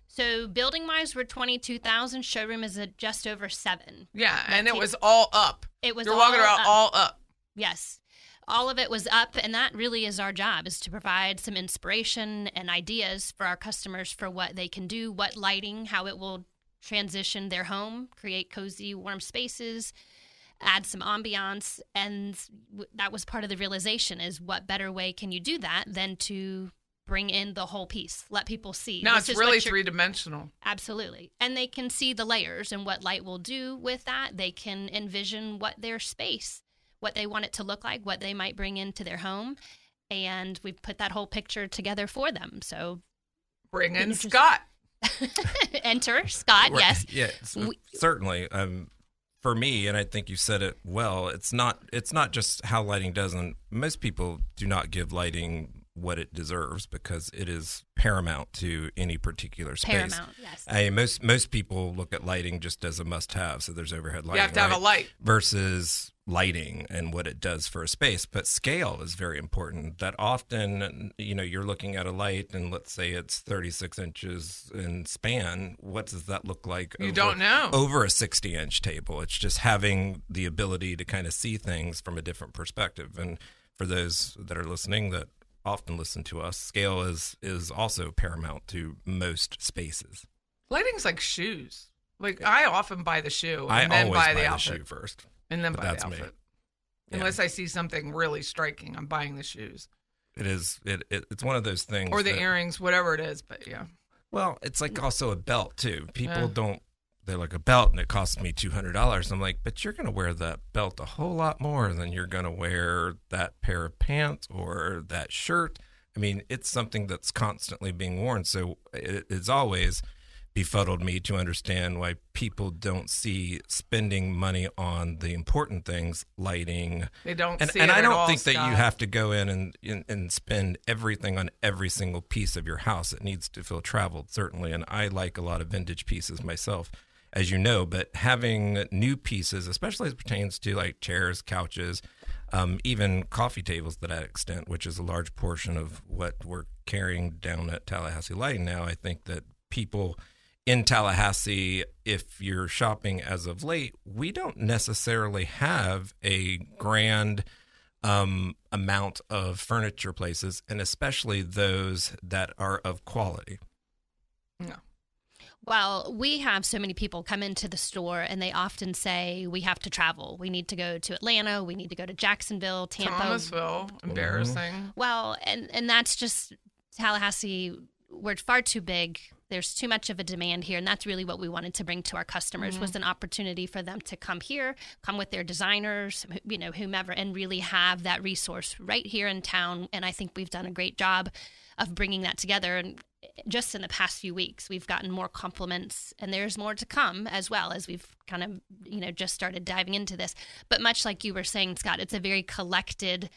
[SPEAKER 5] So building wise, we're twenty two thousand. Showroom is at just over seven.
[SPEAKER 2] Yeah, and it
[SPEAKER 5] take-
[SPEAKER 2] was all up.
[SPEAKER 5] It was
[SPEAKER 2] You're
[SPEAKER 5] all
[SPEAKER 2] walking around
[SPEAKER 5] up.
[SPEAKER 2] all up.
[SPEAKER 5] Yes, all of it was up, and that really is our job is to provide some inspiration and ideas for our customers for what they can do, what lighting, how it will transition their home, create cozy, warm spaces, add some ambiance, and w- that was part of the realization is what better way can you do that than to bring in the whole piece, let people see.
[SPEAKER 2] Now
[SPEAKER 5] this
[SPEAKER 2] it's
[SPEAKER 5] is what
[SPEAKER 2] really
[SPEAKER 5] you're-
[SPEAKER 2] three dimensional.
[SPEAKER 5] Absolutely. And they can see the layers and what light will do with that. They can envision what their space, what they want it to look like, what they might bring into their home. And we've put that whole picture together for them. So [LAUGHS]
[SPEAKER 2] Bring in
[SPEAKER 5] Interesting.
[SPEAKER 2] Scott.
[SPEAKER 5] enter Scott,
[SPEAKER 3] Right. [LAUGHS]
[SPEAKER 5] yes.
[SPEAKER 3] Yeah, it's-
[SPEAKER 5] We-
[SPEAKER 3] certainly. Um, for me, and I think you said it well. It's not. It's not just how lighting doesn't. Most people do not give lighting what it deserves because it is paramount to any particular space.
[SPEAKER 5] Paramount, yes.
[SPEAKER 3] I mean, most most people look at lighting just as a must-have. So there's overhead lighting.
[SPEAKER 2] you have to have
[SPEAKER 3] right?
[SPEAKER 2] a light.
[SPEAKER 3] versus lighting and what it does for a space but scale is very important that often you know you're looking at a light and let's say it's 36 inches in span what does that look like
[SPEAKER 2] You don't know.
[SPEAKER 3] over Oh. a 60 inch table it's just having the ability to kind of see things from a different perspective and for those that are listening that often listen to us scale is is also paramount to most spaces
[SPEAKER 2] Lighting's like shoes. Like I often buy the shoe and
[SPEAKER 3] i
[SPEAKER 2] then
[SPEAKER 3] always
[SPEAKER 2] buy, the outfit
[SPEAKER 3] shoe first
[SPEAKER 2] and then
[SPEAKER 3] but
[SPEAKER 2] buy
[SPEAKER 3] that's
[SPEAKER 2] the
[SPEAKER 3] me.
[SPEAKER 2] outfit.
[SPEAKER 3] Yeah.
[SPEAKER 2] Unless I see something really striking, I'm buying the shoes
[SPEAKER 3] It is. It, it it's one of those things.
[SPEAKER 2] or the
[SPEAKER 3] that-
[SPEAKER 2] earrings, whatever it is. But yeah,
[SPEAKER 3] Well, it's like also a belt too. People
[SPEAKER 2] Yeah.
[SPEAKER 3] don't they're like a belt and it cost me two hundred dollars. I'm like, but you're gonna wear that belt a whole lot more than you're gonna wear that pair of pants or that shirt. I mean, it's something that's constantly being worn. So it, it's always befuddled me to understand why people don't see spending money on the important things, lighting.
[SPEAKER 2] They don't
[SPEAKER 3] And,
[SPEAKER 2] see
[SPEAKER 3] and
[SPEAKER 2] it
[SPEAKER 3] I
[SPEAKER 2] at
[SPEAKER 3] don't
[SPEAKER 2] all,
[SPEAKER 3] think that you
[SPEAKER 2] Scott.
[SPEAKER 3] have to go in and, and and spend everything on every single piece of your house. It needs to feel traveled, certainly. And I like a lot of vintage pieces myself, as you know. But having new pieces, especially as it pertains to like chairs, couches, um, even coffee tables to that extent, which is a large portion of what we're carrying down at Tallahassee Lighting now, I think that people in Tallahassee, if you're shopping as of late, we don't necessarily have a grand um, amount of furniture places, and especially those that are of quality.
[SPEAKER 2] No.
[SPEAKER 5] Well, we have so many people come into the store and they often say, We have to travel. We need to go to Atlanta. We need to go to Jacksonville, Tampa.
[SPEAKER 2] Thomasville, embarrassing.
[SPEAKER 5] Well, and, and that's just Tallahassee. We're far too big. There's too much of a demand here. And that's really what we wanted to bring to our customers was an opportunity for them to come here, come with their designers, wh- you know, whomever, and really have that resource right here in town. And I think we've done a great job of bringing that together. And just in the past few weeks, we've gotten more compliments, and there's more to come as well as we've kind of, you know, just started diving into this. But much like you were saying, Scott, it's a very collected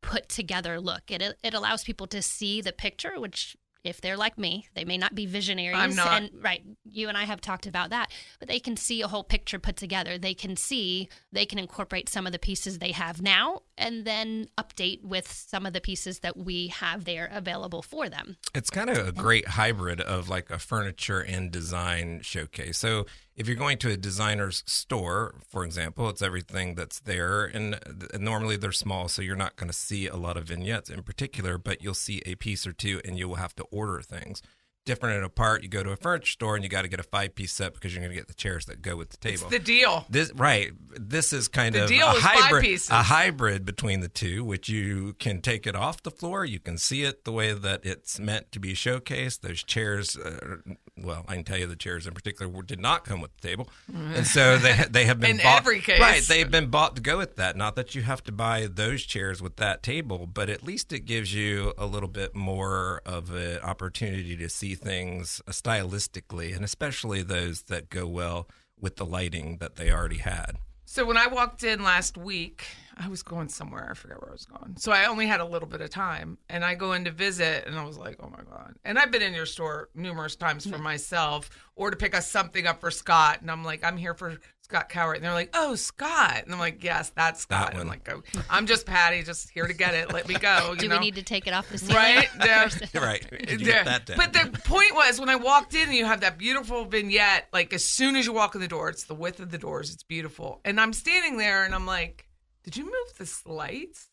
[SPEAKER 5] put together look. It it allows people to see the picture, which if they're like me, they may not be visionaries.
[SPEAKER 2] I'm not.
[SPEAKER 5] And right, you and I have talked about that, but they can see a whole picture put together. They can see they can incorporate some of the pieces they have now, and then update with some of the pieces that we have there available for them.
[SPEAKER 3] It's kind of a great hybrid of like a furniture and design showcase. So if you're going to a designer's store, for example, it's everything that's there, and th- normally they're small, so you're not going to see a lot of vignettes in particular, but you'll see a piece or two, and you will have to order things. Different and apart, you go to a furniture store and you got to get a five piece set because you're going to get the chairs that go with the table.
[SPEAKER 2] It's the deal.
[SPEAKER 3] This right. This is kind
[SPEAKER 2] The
[SPEAKER 3] of
[SPEAKER 2] deal
[SPEAKER 3] a
[SPEAKER 2] is five
[SPEAKER 3] hybrid,
[SPEAKER 2] pieces.
[SPEAKER 3] a hybrid between the two, which you can take it off the floor. You can see it the way that it's meant to be showcased. Those chairs, uh, well, I can tell you the chairs in particular were, did not come with the table, and so they they have
[SPEAKER 2] [LAUGHS]
[SPEAKER 3] been
[SPEAKER 2] In
[SPEAKER 3] bought,
[SPEAKER 2] every case.
[SPEAKER 3] right. They've been bought to go with that. Not that you have to buy those chairs with that table, but at least it gives you a little bit more of an opportunity to see things uh, stylistically, and especially those that go well with the lighting that they already
[SPEAKER 2] [LAUGHS]
[SPEAKER 3] had.
[SPEAKER 2] So when I walked in last week, I was going somewhere. I forget where I was going. So I only had a little bit of time, and I go in to visit, and I was like, "Oh my god!" And I've been in your store numerous times for myself, or to pick us something up for Scott, and I'm like, "I'm here for Scott Cowart," and they're like, "Oh, Scott," and I'm like, "Yes, that's Scott."
[SPEAKER 3] That
[SPEAKER 2] And I'm
[SPEAKER 3] one.
[SPEAKER 2] like, oh, "I'm just Patty, just here to get it. Let me
[SPEAKER 5] [LAUGHS]
[SPEAKER 2] go." You
[SPEAKER 5] Do
[SPEAKER 2] know?
[SPEAKER 5] we need to take
[SPEAKER 2] [LAUGHS]
[SPEAKER 5] it off the ceiling?
[SPEAKER 2] Right? Yeah.
[SPEAKER 5] [LAUGHS]
[SPEAKER 3] Right. You
[SPEAKER 2] Yeah.
[SPEAKER 3] get that down.
[SPEAKER 2] But the point was when I walked in and you have that beautiful vignette, like as soon as you walk in the door, it's the width of the doors, it's beautiful. And I'm standing there and I'm like, Did you move the lights?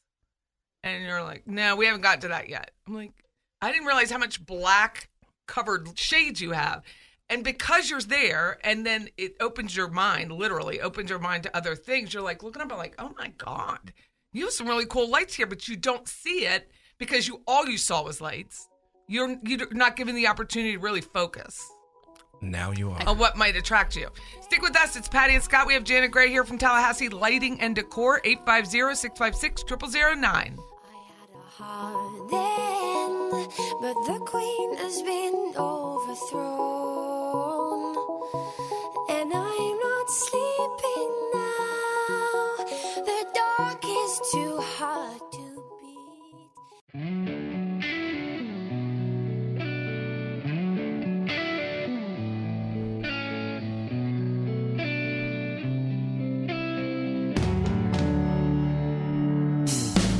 [SPEAKER 2] And you're like, No, we haven't got to that yet. I'm like, I didn't realize how much black covered shades you have. And because you're there, and then it opens your mind, literally opens your mind to other things. You're like looking up and like, oh my God, you have some really cool lights here, but you don't see it because you all you saw was lights. You're you're not given the opportunity to really focus
[SPEAKER 3] Now you are.
[SPEAKER 2] on what might attract you. Stick with us. It's Patty and Scott. We have Janet Gray here from Tallahassee Lighting and Decor, 850-656-0009.
[SPEAKER 1] I had a heart then, but the queen has been overthrown. And I'm not sleeping now. The dark is too hard to beat.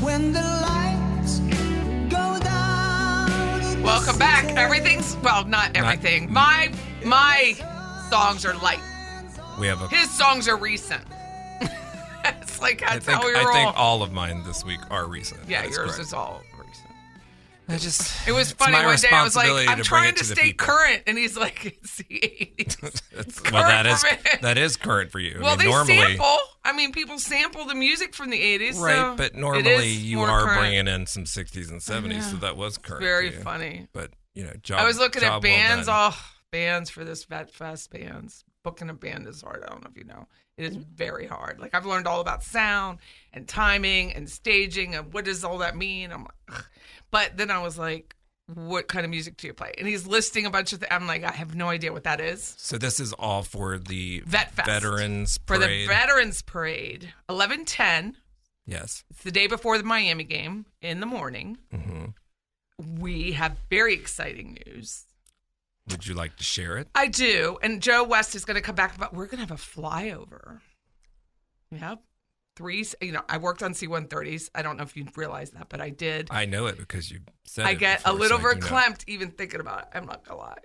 [SPEAKER 6] When the lights go down. it
[SPEAKER 2] Welcome back. Everything's well, not everything. My my songs are light.
[SPEAKER 3] We have a.
[SPEAKER 2] His songs are recent. [LAUGHS] it's like
[SPEAKER 3] I
[SPEAKER 2] that's
[SPEAKER 3] think,
[SPEAKER 2] how we
[SPEAKER 3] I
[SPEAKER 2] roll.
[SPEAKER 3] think all of mine this week are recent.
[SPEAKER 2] yeah,
[SPEAKER 3] That's
[SPEAKER 2] yours
[SPEAKER 3] correct.
[SPEAKER 2] is all recent.
[SPEAKER 3] I just.
[SPEAKER 2] It was
[SPEAKER 3] it's
[SPEAKER 2] funny
[SPEAKER 3] my
[SPEAKER 2] one day. I was like,
[SPEAKER 3] responsibility
[SPEAKER 2] I'm
[SPEAKER 3] bring
[SPEAKER 2] trying
[SPEAKER 3] it
[SPEAKER 2] to,
[SPEAKER 3] the
[SPEAKER 2] stay
[SPEAKER 3] people.
[SPEAKER 2] current, and he's like, [LAUGHS] it's the
[SPEAKER 3] [LAUGHS]
[SPEAKER 2] 80s. [LAUGHS]
[SPEAKER 3] That's-
[SPEAKER 2] current
[SPEAKER 3] well, that is
[SPEAKER 2] for me.
[SPEAKER 3] that is current for you. I
[SPEAKER 2] well,
[SPEAKER 3] mean,
[SPEAKER 2] they
[SPEAKER 3] normally,
[SPEAKER 2] sample. I mean, people sample the music from the 80s, so
[SPEAKER 3] right?
[SPEAKER 2] it
[SPEAKER 3] But
[SPEAKER 2] is
[SPEAKER 3] normally you
[SPEAKER 2] more
[SPEAKER 3] are
[SPEAKER 2] current.
[SPEAKER 3] bringing in some 60s and 70s, so that was current.
[SPEAKER 2] Very
[SPEAKER 3] for you.
[SPEAKER 2] funny.
[SPEAKER 3] But you know, job.
[SPEAKER 2] I was looking at
[SPEAKER 3] job well
[SPEAKER 2] bands.
[SPEAKER 3] done.
[SPEAKER 2] Oh, bands for this Vet Fest bands. booking a band is hard. I don't know if you know. It is very hard. Like I've learned all about sound and timing and staging and what does all that mean? I'm like, ugh. but then I was like, what kind of music do you play? And he's listing a bunch of. Th- I'm like, I have no idea what that is.
[SPEAKER 3] So this is all for the
[SPEAKER 2] Vet Fest.
[SPEAKER 3] veterans
[SPEAKER 2] For the
[SPEAKER 3] parade.
[SPEAKER 2] Veterans Parade, eleven ten.
[SPEAKER 3] yes.
[SPEAKER 2] It's the day before the Miami game in the morning.
[SPEAKER 3] Mm-hmm.
[SPEAKER 2] We have very exciting news.
[SPEAKER 3] Would you like to share it?
[SPEAKER 2] I do. And Joe West is going to come back, but we're going to have a flyover. Yep. Three, you know, I worked on C 130s. I don't know if you realize that, but I did.
[SPEAKER 3] I know it because you said
[SPEAKER 2] I
[SPEAKER 3] it
[SPEAKER 2] get a
[SPEAKER 3] before,
[SPEAKER 2] little
[SPEAKER 3] so I do know.
[SPEAKER 2] verklempt even thinking about it. I'm not going to lie.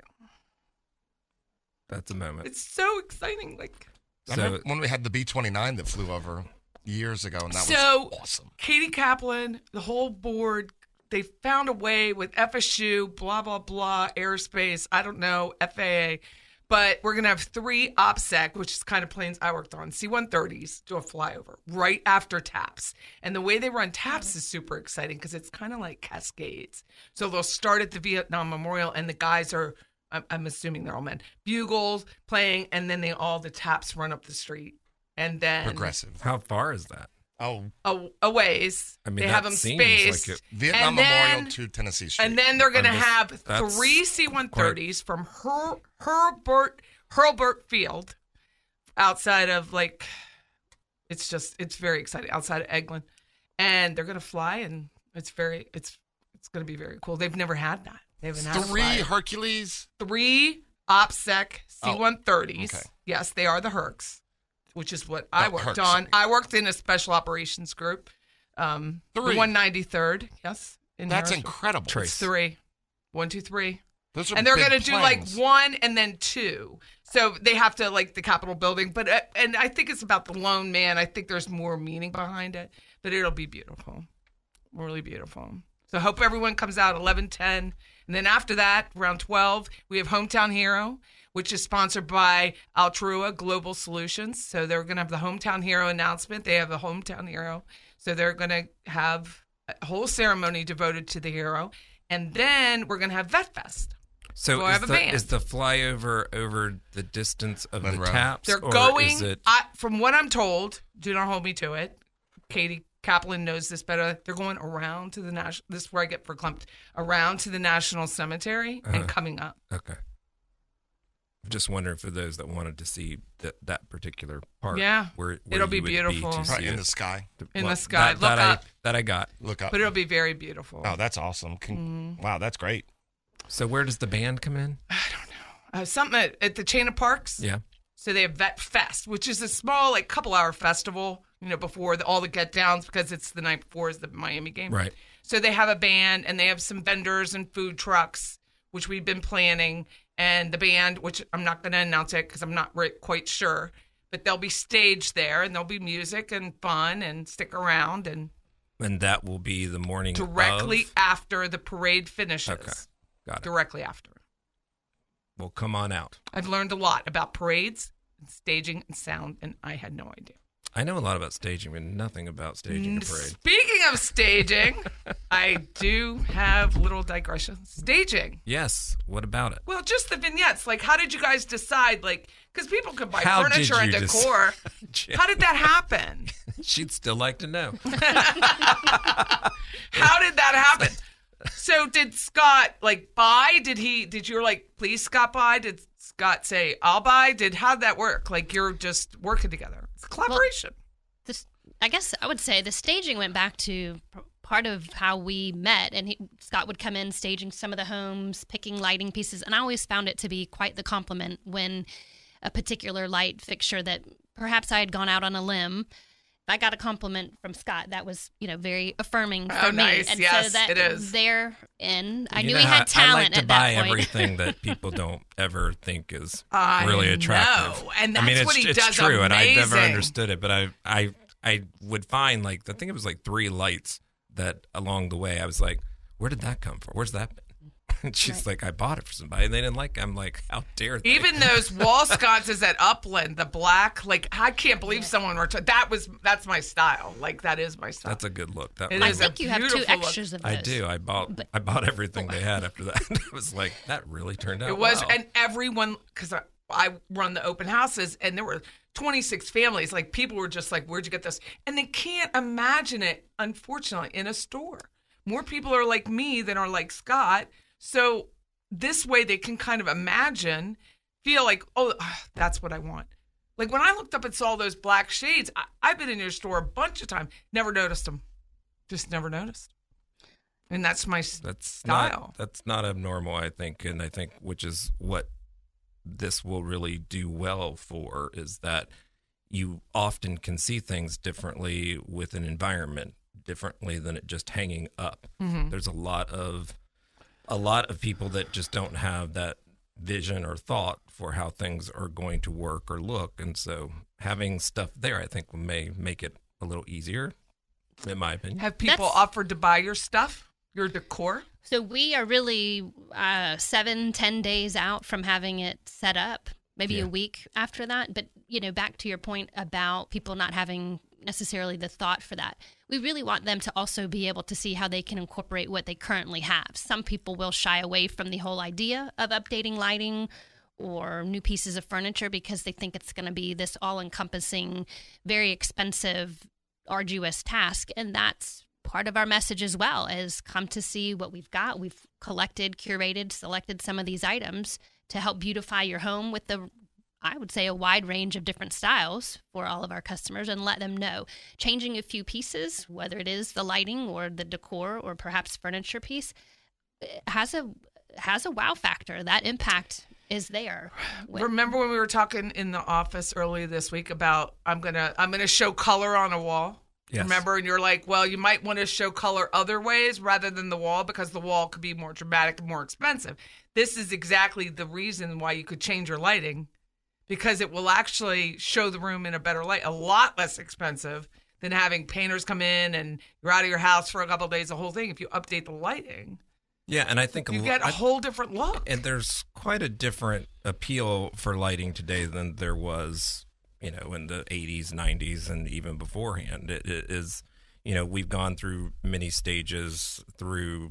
[SPEAKER 3] That's a moment.
[SPEAKER 2] It's so exciting. Like,
[SPEAKER 4] I
[SPEAKER 2] uh-huh.
[SPEAKER 3] so
[SPEAKER 4] remember when we had the B twenty nine that flew over years ago, and that
[SPEAKER 2] So-
[SPEAKER 4] was awesome.
[SPEAKER 2] Katie Kaplan, the whole board, they found a way with FSU, blah, blah, blah, airspace, I don't know, FAA. But we're going to have three OPSEC, which is kind of planes I worked on, C 130s, do a flyover right after TAPS. And the way they run TAPS is super exciting because it's kind of like cascades. So they'll start at the Vietnam Memorial, and the guys are, I'm, I'm assuming they're all men, bugles playing, and then they all, the TAPS run up the street. And then
[SPEAKER 4] Progressive.
[SPEAKER 3] how far is that?
[SPEAKER 4] Oh,
[SPEAKER 2] a, a ways.
[SPEAKER 3] I mean,
[SPEAKER 2] they
[SPEAKER 3] that
[SPEAKER 2] have them
[SPEAKER 3] seems like
[SPEAKER 2] spaced.
[SPEAKER 3] it-
[SPEAKER 4] Vietnam
[SPEAKER 2] and then,
[SPEAKER 4] Memorial to Tennessee Street.
[SPEAKER 2] And then they're going to
[SPEAKER 3] I'm just-
[SPEAKER 2] have
[SPEAKER 3] that's
[SPEAKER 2] three C-130s from Her, Herbert Hurlburt Field outside of like it's just it's very exciting outside of Eglin, and they're going to fly and it's very it's it's going to be very cool. They've never had that. They haven't had a
[SPEAKER 4] three
[SPEAKER 2] flyer.
[SPEAKER 4] Hercules.
[SPEAKER 2] three OPSEC C-130s.
[SPEAKER 4] Oh, okay.
[SPEAKER 2] Yes, they are the Hercs, which is what I
[SPEAKER 4] Oh,
[SPEAKER 2] worked
[SPEAKER 4] Hercs.
[SPEAKER 2] on. I worked in a special operations group, um,
[SPEAKER 4] Three.
[SPEAKER 2] the 193rd. Yes, in
[SPEAKER 4] That's
[SPEAKER 2] Harrisburg.
[SPEAKER 4] incredible.
[SPEAKER 3] Trace.
[SPEAKER 2] Three, one, two, three.
[SPEAKER 4] Those are
[SPEAKER 2] And they're
[SPEAKER 4] big
[SPEAKER 2] going to do like
[SPEAKER 4] planes.
[SPEAKER 2] one and then two. So they have to like the Capitol building. But, uh, and I think it's about the lone man. I think there's more meaning behind it, but it'll be beautiful. Really beautiful. So hope everyone comes out 11 10. And then after that, round 12, we have Hometown Hero, which is sponsored by Altrua Global Solutions. So they're going to have the Hometown Hero announcement. They have a Hometown Hero. So they're going to have a whole ceremony devoted to the hero. And then we're going to have Vet Fest.
[SPEAKER 3] So
[SPEAKER 2] Well, I
[SPEAKER 3] is
[SPEAKER 2] have a
[SPEAKER 3] the,
[SPEAKER 2] band.
[SPEAKER 3] is the flyover over the distance of
[SPEAKER 4] Monroe.
[SPEAKER 3] the taps?
[SPEAKER 2] They're
[SPEAKER 3] or
[SPEAKER 2] going.
[SPEAKER 3] Is it,
[SPEAKER 2] I, from what I'm told, do not hold me to it. Katie Kaplan knows this better. They're going around to the national. This is where I get verklempt. Around to the national cemetery
[SPEAKER 3] Uh-huh.
[SPEAKER 2] and coming up.
[SPEAKER 3] okay. I'm just wondering for those that wanted to see that that particular part.
[SPEAKER 2] Yeah.
[SPEAKER 3] Where, where
[SPEAKER 2] It'll be
[SPEAKER 3] you would
[SPEAKER 2] beautiful.
[SPEAKER 3] to see
[SPEAKER 4] Right in
[SPEAKER 3] it.
[SPEAKER 4] the sky.
[SPEAKER 2] In
[SPEAKER 3] Well,
[SPEAKER 2] the sky.
[SPEAKER 3] That,
[SPEAKER 2] Look
[SPEAKER 3] that
[SPEAKER 2] up.
[SPEAKER 3] I, that I got.
[SPEAKER 4] Look up.
[SPEAKER 2] but Mm-hmm. it'll be very beautiful.
[SPEAKER 4] oh, that's awesome. Con- Wow, that's great.
[SPEAKER 3] So where does the band come in?
[SPEAKER 2] Uh, something at, at the Chain of Parks.
[SPEAKER 3] Yeah.
[SPEAKER 2] So they have Vet Fest, which is a small, like, couple hour festival, you know, before the, all the get downs because it's the night before is the Miami game.
[SPEAKER 3] Right.
[SPEAKER 2] So they have a band and they have some vendors and food trucks, which we've been planning. And the band, which I'm not going to announce it because I'm not ri- quite sure, but they'll be staged there and there'll be music and fun and stick around and
[SPEAKER 3] And that will be the morning of-
[SPEAKER 2] directly after the parade finishes.
[SPEAKER 3] Okay. Got it.
[SPEAKER 2] Directly after.
[SPEAKER 3] Well, come on out.
[SPEAKER 2] I've learned a lot about parades and staging and sound, and I had no idea.
[SPEAKER 3] I know a lot about staging, but nothing about staging a parade.
[SPEAKER 2] Speaking of staging, I do have little digressions. Staging.
[SPEAKER 3] Yes. What about it?
[SPEAKER 2] Well, just the vignettes. Like, how did you guys decide? Like, because people could buy
[SPEAKER 3] How did
[SPEAKER 2] furniture and
[SPEAKER 3] you dec- [LAUGHS]
[SPEAKER 2] decor. how did that happen?
[SPEAKER 3] She'd still like to know.
[SPEAKER 2] How did that happen? So did Scott like buy? Did he? Did you like please Scott buy? Did Scott say I'll buy? Did how did that work? Like you're just working together. It's collaboration.
[SPEAKER 5] this, I guess I would say the staging went back to p- part of how we met, and he, Scott would come in staging some of the homes, picking lighting pieces, and I always found it to be quite the compliment when a particular light fixture that perhaps I had gone out on a limb. if I got a compliment from Scott. That was, you know, very affirming for
[SPEAKER 2] Oh,
[SPEAKER 5] me.
[SPEAKER 2] nice.
[SPEAKER 5] And so
[SPEAKER 2] Yes,
[SPEAKER 5] that
[SPEAKER 2] it is.
[SPEAKER 5] therein, I
[SPEAKER 3] You
[SPEAKER 5] knew
[SPEAKER 3] know
[SPEAKER 5] he
[SPEAKER 3] how
[SPEAKER 5] had
[SPEAKER 3] I
[SPEAKER 5] talent
[SPEAKER 3] like to
[SPEAKER 5] at
[SPEAKER 3] buy
[SPEAKER 5] that point.
[SPEAKER 3] everything that people don't ever think is
[SPEAKER 2] [LAUGHS] I
[SPEAKER 3] really attractive.
[SPEAKER 2] know, and
[SPEAKER 3] I mean,
[SPEAKER 2] that's
[SPEAKER 3] it's,
[SPEAKER 2] what he
[SPEAKER 3] it's
[SPEAKER 2] does
[SPEAKER 3] true, and I never
[SPEAKER 2] amazing.
[SPEAKER 3] understood it, but I, I, I would find like I think it was like three lights that along the way I was like, where did that come from? Where's that? Been? [LAUGHS] And she's like, I bought it for somebody, and they didn't like. It. I'm like, how dare they?
[SPEAKER 2] Even those wall sconces at Upland, the black, like I can't believe someone were that was that's my style. Like that is my style.
[SPEAKER 3] that's a good look. That
[SPEAKER 2] It
[SPEAKER 3] was,
[SPEAKER 5] [LAUGHS] I
[SPEAKER 2] is a
[SPEAKER 5] think you have two
[SPEAKER 2] beautiful look.
[SPEAKER 5] extras of those.
[SPEAKER 3] I do. I bought I [LAUGHS] bought everything they had after that. I was like, that really turned out.
[SPEAKER 2] It was,
[SPEAKER 3] well.
[SPEAKER 2] and everyone because I, I run the open houses, and there were 26 families. Like people were just like, "Where'd you get this?" And they can't imagine it. Unfortunately, in a store, more people are like me than are like Scott. So this way, they can kind of imagine, feel like, "Oh, ah, that's what I want." Like when I looked up and saw those black shades, I, I've been in your store a bunch of times, never noticed them, just never noticed. And that's my s-
[SPEAKER 3] That's
[SPEAKER 2] style.
[SPEAKER 3] not that's not abnormal, I think, and I think which is what this will really do well for is that you often can see things differently with an environment differently than it just hanging up.
[SPEAKER 2] Mm-hmm.
[SPEAKER 3] There's a lot of a lot of people that just don't have that vision or thought for how things are going to work or look, and so having stuff there, I think, may make it a little easier, in my opinion.
[SPEAKER 2] Have people
[SPEAKER 5] That's-
[SPEAKER 2] offered to buy your stuff, your decor?
[SPEAKER 5] So we are really uh, seven, ten days out from having it set up, maybe
[SPEAKER 3] Yeah.
[SPEAKER 5] a week after that. But you know, back to your point about people not having necessarily the thought for that. We really want them to also be able to see how they can incorporate what they currently have. Some people will shy away from the whole idea of updating lighting or new pieces of furniture because they think it's going to be this all encompassing, very expensive, arduous task. And that's part of our message as well is come to see what we've got. We've collected, curated, selected some of these items to help beautify your home with the I would say a wide range of different styles for all of our customers and let them know. Changing a few pieces, whether it is the lighting or the decor or perhaps furniture piece, has a has a wow factor. That impact is there.
[SPEAKER 2] [SIGHS]
[SPEAKER 5] When-
[SPEAKER 2] Remember when we were talking in the office earlier this week about I'm gonna I'm gonna show color on a wall.
[SPEAKER 3] Yes.
[SPEAKER 2] Remember, and you're like, well, you might want to show color other ways rather than the wall because the wall could be more dramatic and more expensive. This is exactly the reason why you could change your lighting because it will actually show the room in a better light, a lot less expensive than having painters come in and you're out of your house for a couple of days, the whole thing. If you update the lighting,
[SPEAKER 3] Yeah, and I think
[SPEAKER 2] you
[SPEAKER 3] lo-
[SPEAKER 2] get a
[SPEAKER 3] I-
[SPEAKER 2] whole different look.
[SPEAKER 3] and there's quite a different appeal for lighting today than there was you know in the 80s 90s and even beforehand it, it is you know we've gone through many stages through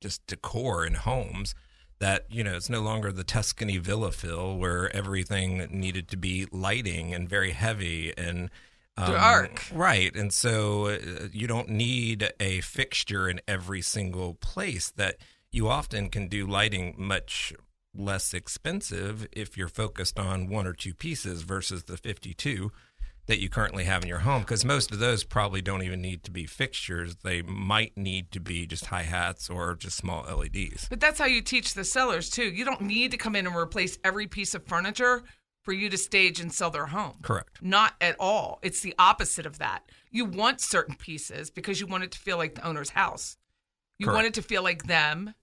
[SPEAKER 3] just decor in homes that you know it's no longer the tuscany villa feel where everything needed to be lighting and very heavy and um,
[SPEAKER 2] Dark.
[SPEAKER 3] right and so uh, you don't need a fixture in every single place that you often can do lighting much less expensive if you're focused on one or two pieces versus the 52 that you currently have in your home because most of those probably don't even need to be fixtures they might need to be just hi-hats or just small E leds
[SPEAKER 2] But that's how you teach the sellers too. You don't need to come in and replace every piece of furniture for you to stage and sell their home.
[SPEAKER 3] Correct.
[SPEAKER 2] Not at all. It's the opposite of that. You want certain pieces because you want it to feel like the owner's house. You want it
[SPEAKER 3] Correct.
[SPEAKER 2] to feel like them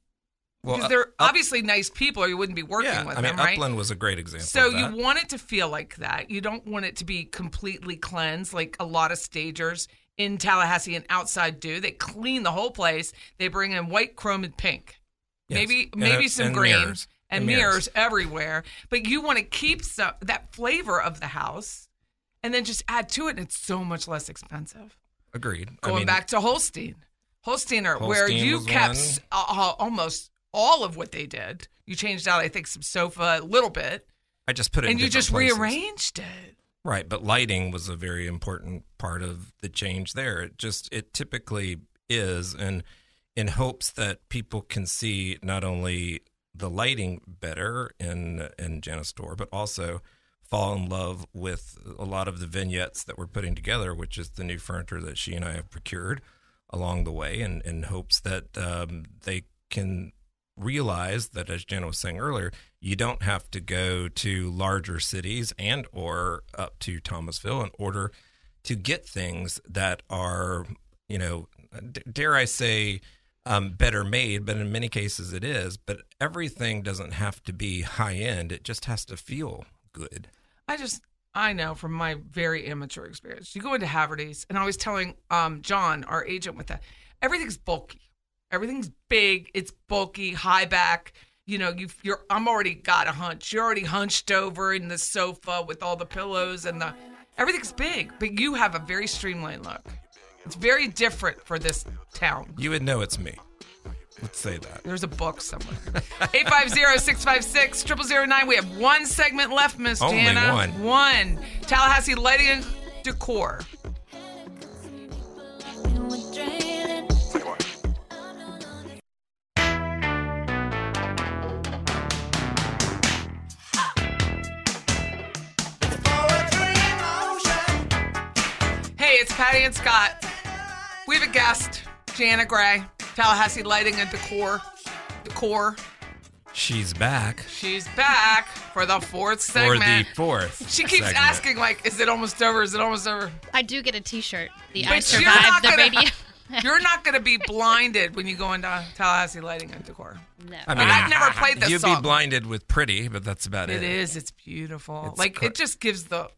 [SPEAKER 2] because
[SPEAKER 3] uh,
[SPEAKER 2] they're
[SPEAKER 3] Up-
[SPEAKER 2] obviously nice people, or you wouldn't be working
[SPEAKER 3] yeah,
[SPEAKER 2] with
[SPEAKER 3] I mean,
[SPEAKER 2] them, right?
[SPEAKER 3] Upland was a great example.
[SPEAKER 2] So
[SPEAKER 3] of that.
[SPEAKER 2] you want it to feel like that. You don't want it to be completely cleansed like a lot of stagers in Tallahassee and outside do. They clean the whole place. They bring in white, chrome, and pink.
[SPEAKER 3] Yes.
[SPEAKER 2] Maybe
[SPEAKER 3] And,
[SPEAKER 2] maybe
[SPEAKER 3] uh,
[SPEAKER 2] some
[SPEAKER 3] and
[SPEAKER 2] green
[SPEAKER 3] mirrors.
[SPEAKER 2] and,
[SPEAKER 3] And
[SPEAKER 2] mirrors.
[SPEAKER 3] mirrors.
[SPEAKER 2] everywhere. But you want to keep some, that flavor of the house and then just add to it and it's so much less expensive.
[SPEAKER 3] agreed. I
[SPEAKER 2] Going
[SPEAKER 3] mean,
[SPEAKER 2] back to Holstein. Holsteiner, where
[SPEAKER 3] Holstein
[SPEAKER 2] you
[SPEAKER 3] was
[SPEAKER 2] kept
[SPEAKER 3] one.
[SPEAKER 2] s- uh, uh, almost all of what they did. You changed out, I think, some sofa, a little bit
[SPEAKER 3] I just put it
[SPEAKER 2] and
[SPEAKER 3] in
[SPEAKER 2] you
[SPEAKER 3] different
[SPEAKER 2] just
[SPEAKER 3] places.
[SPEAKER 2] rearranged it.
[SPEAKER 3] Right, but lighting was a very important part of the change there. It just it typically is and in hopes that people can see not only the lighting better in in Janus store, but also fall in love with a lot of the vignettes that we're putting together, which is the new furniture that she and I have procured along the way and in hopes that um, they can realize that as Jen was saying earlier, you don't have to go to larger cities and or up to Thomasville in order to get things that are, you know, d- dare I say, um, better made, but in many cases it is. But everything doesn't have to be high end; it just has to feel good.
[SPEAKER 2] I just I know from my very immature experience. You go into Haverty's, and I was telling um, John, our agent, with that everything's bulky, everything's big, it's bulky, high back. You know, you you're I'm already got a hunch. You're already hunched over in the sofa with all the pillows and the everything's big, but you have a very streamlined look. It's very different for this town.
[SPEAKER 3] You would know it's me. Let's say that.
[SPEAKER 2] There's a book somewhere. [LAUGHS] 850-656-0009. We have one segment left, Miss
[SPEAKER 3] Only
[SPEAKER 2] Jana.
[SPEAKER 3] one.
[SPEAKER 2] One. Tallahassee Lighting and Decor. Hey, it's Patty and Scott. We have a guest, Jana Gray, Tallahassee Lighting and Decor. Decor.
[SPEAKER 3] She's back
[SPEAKER 2] She's back for the fourth
[SPEAKER 3] for the
[SPEAKER 2] segment.
[SPEAKER 3] fourth.
[SPEAKER 2] [LAUGHS] she keeps
[SPEAKER 3] segment.
[SPEAKER 2] asking, like, is it almost over? Is it almost over?
[SPEAKER 5] I do get a T-shirt. The
[SPEAKER 2] But
[SPEAKER 5] I
[SPEAKER 2] you're not
[SPEAKER 5] survived the
[SPEAKER 2] gonna-
[SPEAKER 5] radio.
[SPEAKER 2] [LAUGHS]
[SPEAKER 5] [LAUGHS]
[SPEAKER 2] You're not going to be blinded when you go into Tallahassee Lighting and Decor.
[SPEAKER 5] no.
[SPEAKER 3] I mean,
[SPEAKER 2] I've never played this
[SPEAKER 3] You'd
[SPEAKER 2] song.
[SPEAKER 3] be blinded with pretty, but that's about
[SPEAKER 2] It
[SPEAKER 3] it.
[SPEAKER 2] is. It's beautiful.
[SPEAKER 3] It's
[SPEAKER 2] like
[SPEAKER 3] cr-
[SPEAKER 2] it just gives the.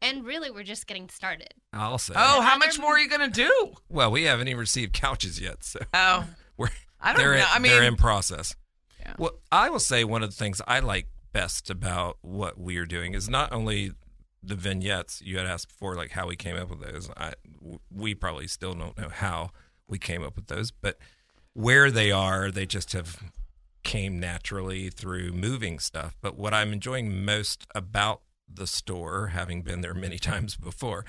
[SPEAKER 5] and really, we're just getting started.
[SPEAKER 3] I'll say.
[SPEAKER 2] Oh, how much more are you
[SPEAKER 3] [LAUGHS]
[SPEAKER 2] gonna do?
[SPEAKER 3] Well, we haven't even received couches yet, so [LAUGHS]
[SPEAKER 2] Oh,
[SPEAKER 3] we're
[SPEAKER 2] I don't
[SPEAKER 3] they're In,
[SPEAKER 2] know. I
[SPEAKER 3] they're
[SPEAKER 2] mean-
[SPEAKER 3] in process.
[SPEAKER 2] Yeah.
[SPEAKER 3] Well, I will say one of the things I like best about what we are doing is not only the vignettes you had asked before, like how we came up with those. I w- we probably still don't know how we came up with those, but where they are, they just have came naturally through moving stuff. But what I'm enjoying most about the store, having been there many [LAUGHS] times before,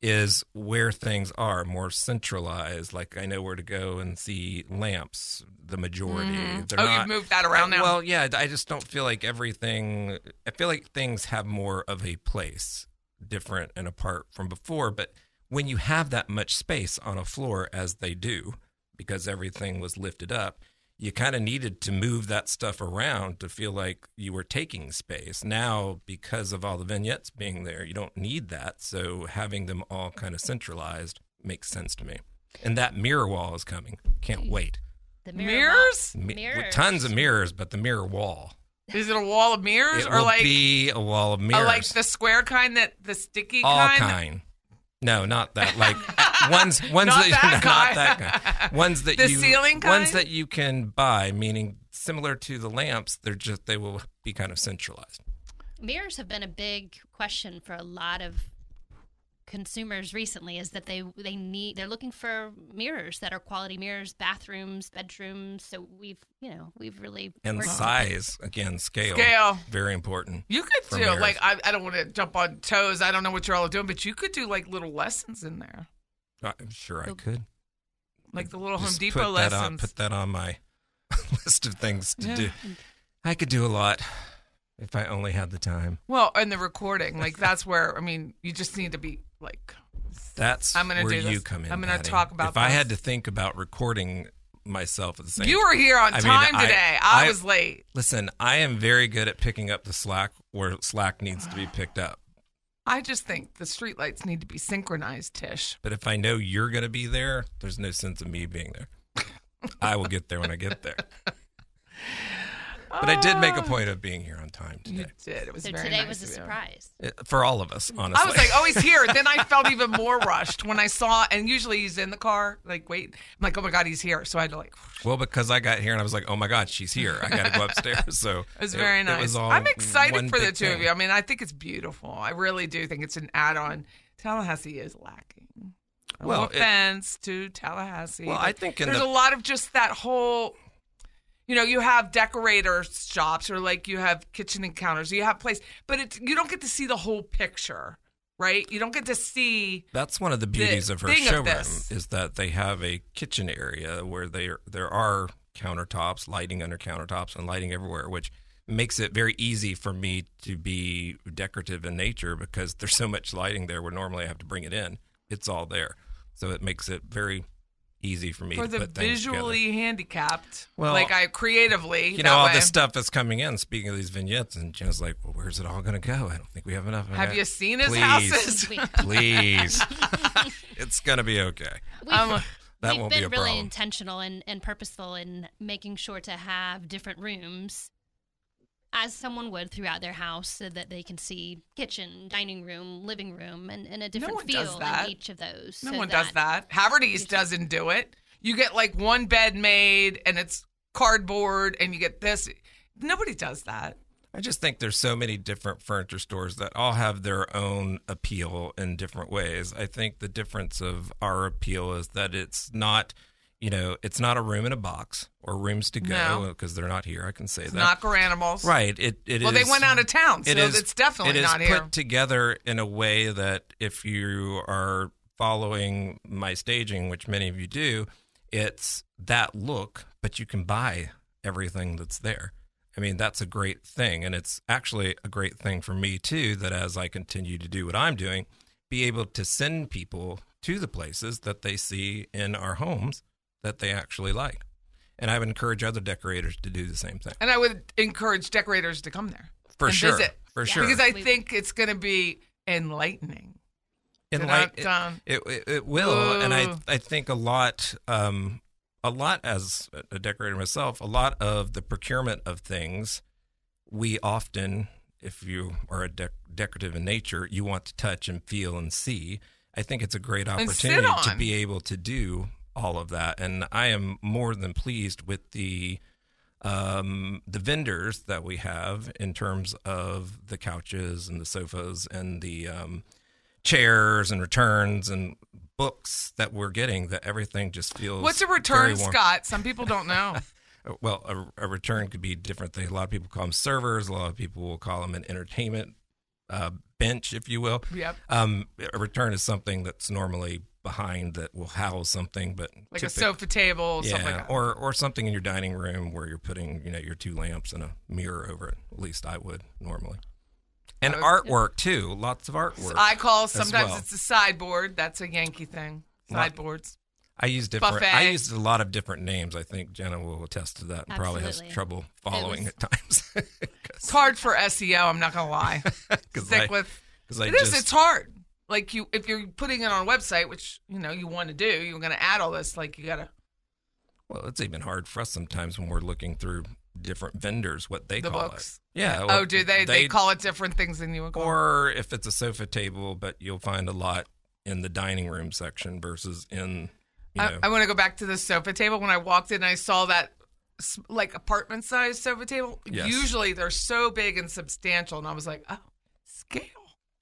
[SPEAKER 3] is where things are more centralized. Like I know where to go and see lamps, the majority. They're
[SPEAKER 2] oh,
[SPEAKER 3] not-
[SPEAKER 2] you've moved that around now.
[SPEAKER 3] Well, yeah, I just don't feel like everything, I feel like things have more of a place different and apart from before. But when you have that much space on a floor, as they do, because everything was lifted up, you kind of needed to move that stuff around to feel like you were taking space. Now, because of all the vignettes being there, you don't need that. So having them all kind of centralized makes sense to me. And that mirror wall is coming. Can't wait.
[SPEAKER 5] The mirror wall-
[SPEAKER 2] mirrors?
[SPEAKER 3] Mi-
[SPEAKER 5] Mirrors.
[SPEAKER 3] With tons of mirrors, but the mirror wall.
[SPEAKER 2] Is it a wall of mirrors
[SPEAKER 3] It
[SPEAKER 2] or
[SPEAKER 3] will
[SPEAKER 2] like
[SPEAKER 3] be a wall of
[SPEAKER 2] a,
[SPEAKER 3] mirrors.
[SPEAKER 2] like the square kind that the sticky
[SPEAKER 3] all
[SPEAKER 2] kind?
[SPEAKER 3] kind. No, not that.
[SPEAKER 2] [LAUGHS]
[SPEAKER 3] Like ones, ones
[SPEAKER 2] Not
[SPEAKER 3] that,
[SPEAKER 2] that
[SPEAKER 3] [LAUGHS] not
[SPEAKER 2] kind.
[SPEAKER 3] that kind. Ones that
[SPEAKER 2] The
[SPEAKER 3] you,
[SPEAKER 2] ceiling
[SPEAKER 3] Ones
[SPEAKER 2] kind?
[SPEAKER 3] that you can buy, meaning similar to the lamps. They're just they will be kind of centralized.
[SPEAKER 5] mirrors have been a big question for a lot of consumers recently is that they they need they're looking for mirrors that are quality mirrors bathrooms bedrooms so we've you know we've really
[SPEAKER 3] And
[SPEAKER 5] worked-
[SPEAKER 3] size again, scale,
[SPEAKER 2] Scale.
[SPEAKER 3] very important.
[SPEAKER 2] You could
[SPEAKER 3] For
[SPEAKER 2] do
[SPEAKER 3] mirrors.
[SPEAKER 2] like I, I don't want to jump on toes. I don't know what you're all doing, but you could do like little lessons in there,
[SPEAKER 3] I'm sure I could.
[SPEAKER 2] like the little
[SPEAKER 3] Just
[SPEAKER 2] Home Depot
[SPEAKER 3] put that on,
[SPEAKER 2] lessons.
[SPEAKER 3] put that on my [LAUGHS] list of things to
[SPEAKER 2] Yeah.
[SPEAKER 3] do. I could do a lot if I only had the time.
[SPEAKER 2] well, and the recording, like that's where I mean, you just need to be like
[SPEAKER 3] That's
[SPEAKER 2] I'm gonna
[SPEAKER 3] where
[SPEAKER 2] do
[SPEAKER 3] you
[SPEAKER 2] this.
[SPEAKER 3] come in.
[SPEAKER 2] I'm gonna
[SPEAKER 3] Patty.
[SPEAKER 2] talk about
[SPEAKER 3] If I
[SPEAKER 2] this.
[SPEAKER 3] had to think about recording myself at the same
[SPEAKER 2] You were here on
[SPEAKER 3] I mean,
[SPEAKER 2] time
[SPEAKER 3] I-
[SPEAKER 2] today. I,
[SPEAKER 3] I-
[SPEAKER 2] was late.
[SPEAKER 3] Listen, I am very good at picking up the slack where slack needs to be picked up.
[SPEAKER 2] I just think the streetlights need to be synchronized, Tish.
[SPEAKER 3] But if I know you're going to be there, there's no sense of me being there. I will get there when I
[SPEAKER 2] [LAUGHS]
[SPEAKER 3] get there. But I did
[SPEAKER 2] Ah.
[SPEAKER 3] make a point of being here on time
[SPEAKER 2] You
[SPEAKER 3] today.
[SPEAKER 2] did. It was
[SPEAKER 5] so
[SPEAKER 2] very
[SPEAKER 5] today
[SPEAKER 2] nice
[SPEAKER 5] was a
[SPEAKER 2] of you.
[SPEAKER 5] surprise
[SPEAKER 3] It- For all of us, honestly.
[SPEAKER 2] I was like, oh, he's here. Then I felt even more rushed when I saw, and usually he's in the car, like, wait. I'm like, oh my God, he's here. So I had to, like,
[SPEAKER 3] Well, because I got here and I was like, oh my God, she's here. I got to go upstairs. [LAUGHS] So
[SPEAKER 2] it was very nice.
[SPEAKER 3] was all
[SPEAKER 2] I'm excited
[SPEAKER 3] one
[SPEAKER 2] for the
[SPEAKER 3] big
[SPEAKER 2] two of
[SPEAKER 3] thing.
[SPEAKER 2] you. I mean, I think it's beautiful. I really do think it's an add on. Tallahassee is lacking. Well,
[SPEAKER 3] Well,
[SPEAKER 2] no
[SPEAKER 3] it-
[SPEAKER 2] offense to Tallahassee.
[SPEAKER 3] Well,
[SPEAKER 2] but
[SPEAKER 3] I think in
[SPEAKER 2] there's a
[SPEAKER 3] the-
[SPEAKER 2] lot of just that whole. You know, you have decorator shops, or like you have kitchen encounters, you have place, but it's you don't get to see the whole picture, right? You don't get to see
[SPEAKER 3] That's one of the beauties of her
[SPEAKER 2] thing of
[SPEAKER 3] showroom
[SPEAKER 2] this.
[SPEAKER 3] is that they have a kitchen area where they there are countertops, lighting under countertops, and lighting everywhere, which makes it very easy for me to be decorative in nature because there's so much lighting there where normally I have to bring it in. It's all there, so it makes it very easy for me
[SPEAKER 2] for
[SPEAKER 3] to
[SPEAKER 2] the
[SPEAKER 3] put things together.
[SPEAKER 2] visually handicapped.
[SPEAKER 3] Well,
[SPEAKER 2] like I creatively,
[SPEAKER 3] You
[SPEAKER 2] that
[SPEAKER 3] know all
[SPEAKER 2] way.
[SPEAKER 3] this stuff that's coming in. Speaking of these vignettes, and Jen's like, "Well, where's it all going to go? I don't think we have enough." I
[SPEAKER 2] Have
[SPEAKER 3] got-
[SPEAKER 2] you seen his
[SPEAKER 3] Please.
[SPEAKER 5] [LAUGHS]
[SPEAKER 2] houses? [LAUGHS]
[SPEAKER 5] we, [LAUGHS]
[SPEAKER 3] Please, it's going to be okay.
[SPEAKER 5] we've,
[SPEAKER 2] Um,
[SPEAKER 3] That
[SPEAKER 5] we've
[SPEAKER 3] won't
[SPEAKER 5] been
[SPEAKER 3] be a
[SPEAKER 5] really
[SPEAKER 3] problem.
[SPEAKER 5] intentional and, and purposeful in making sure to have different rooms as someone would throughout their house so that they can see kitchen dining room living room and, and a different
[SPEAKER 2] one
[SPEAKER 5] feel
[SPEAKER 2] does that.
[SPEAKER 5] in each of those
[SPEAKER 2] No
[SPEAKER 5] so
[SPEAKER 2] one does that. Haverty's doesn't do it. You get like one bed made and it's cardboard and you get this. Nobody does that.
[SPEAKER 3] I just think there's so many different furniture stores that all have their own appeal in different ways. I think the difference of our appeal is that it's not you know, it's not a room in a box or rooms to go
[SPEAKER 2] No.
[SPEAKER 3] because they're not here. I can say
[SPEAKER 2] It's
[SPEAKER 3] that.
[SPEAKER 2] not animals.
[SPEAKER 3] right. It it
[SPEAKER 2] Well, they
[SPEAKER 3] is-
[SPEAKER 2] went out of town, so
[SPEAKER 3] it is-
[SPEAKER 2] it's definitely
[SPEAKER 3] it is
[SPEAKER 2] not
[SPEAKER 3] put
[SPEAKER 2] here.
[SPEAKER 3] together in a way that if you are following my staging, which many of you do, it's that look, but you can buy everything that's there. I mean, that's a great thing. And it's actually a great thing for me, too, that as I continue to do what I'm doing, be able to send people to the places that they see in our homes that they actually like. And I would encourage other decorators to do the same thing.
[SPEAKER 2] And I would encourage decorators to come there
[SPEAKER 3] For
[SPEAKER 2] and
[SPEAKER 3] sure.
[SPEAKER 2] visit.
[SPEAKER 3] For
[SPEAKER 5] Yeah.
[SPEAKER 3] sure.
[SPEAKER 2] because I
[SPEAKER 5] We-
[SPEAKER 2] think it's going to be enlightening.
[SPEAKER 3] And
[SPEAKER 2] Did
[SPEAKER 3] like,
[SPEAKER 2] I, um,
[SPEAKER 3] it, it, it will, and I
[SPEAKER 2] Ooh.
[SPEAKER 3] I think a lot, um, a lot as a decorator myself, a lot of the procurement of things, we often, if you are a dec decorative in nature, you want to touch and feel and see. I think it's a great
[SPEAKER 2] And sit
[SPEAKER 3] opportunity to
[SPEAKER 2] on.
[SPEAKER 3] be able to do all of that, and I am more than pleased with the um, the vendors that we have in terms of the couches and the sofas and the um, chairs and returns and books that we're getting. That everything just feels.
[SPEAKER 2] What's a
[SPEAKER 3] very
[SPEAKER 2] return,
[SPEAKER 3] warm. Uh,
[SPEAKER 2] Scott? Some people don't
[SPEAKER 3] [LAUGHS]
[SPEAKER 2] know.
[SPEAKER 3] Well, a, a return could be different things. A lot of people call them servers. A lot of people will call them an entertainment uh, bench, if you will.
[SPEAKER 2] Yep.
[SPEAKER 3] Um, a return is something that's normally behind that will house something, but
[SPEAKER 2] Like a
[SPEAKER 3] typically-
[SPEAKER 2] sofa table,
[SPEAKER 3] yeah,
[SPEAKER 2] something like that.
[SPEAKER 3] or or something in your dining room where you're putting you know your two lamps and a mirror over it. At least I would normally. And artwork too, lots of artwork.
[SPEAKER 2] I call
[SPEAKER 3] as
[SPEAKER 2] sometimes
[SPEAKER 3] well.
[SPEAKER 2] it's a sideboard. That's a Yankee thing.
[SPEAKER 3] Lot-
[SPEAKER 2] Sideboards.
[SPEAKER 3] I use different. I
[SPEAKER 2] buffet.
[SPEAKER 3] used a lot of different names. I think Jenna will attest to that, and probably has
[SPEAKER 5] Absolutely.
[SPEAKER 3] trouble following
[SPEAKER 5] was-
[SPEAKER 3] at times. [LAUGHS]
[SPEAKER 2] It's hard for SEO. I'm not gonna lie. Stick with
[SPEAKER 3] Because
[SPEAKER 2] it is. It's hard. Like you, if you're putting it on a website, which you know you want to do, you're gonna add all this. Like you gotta
[SPEAKER 3] Well, it's even hard for us sometimes when we're looking through different vendors what they
[SPEAKER 2] The
[SPEAKER 3] call
[SPEAKER 2] books.
[SPEAKER 3] it. Yeah.
[SPEAKER 2] oh, do they, they? call it different things than you would call. it.
[SPEAKER 3] or if it's a sofa table, but you'll find a lot in the dining room section versus in you know.
[SPEAKER 2] I, I want to go back to the sofa table. When I walked in, I saw that s- like apartment sized sofa table.
[SPEAKER 3] Yes.
[SPEAKER 2] Usually they're so big and substantial, and I was like, oh, scale,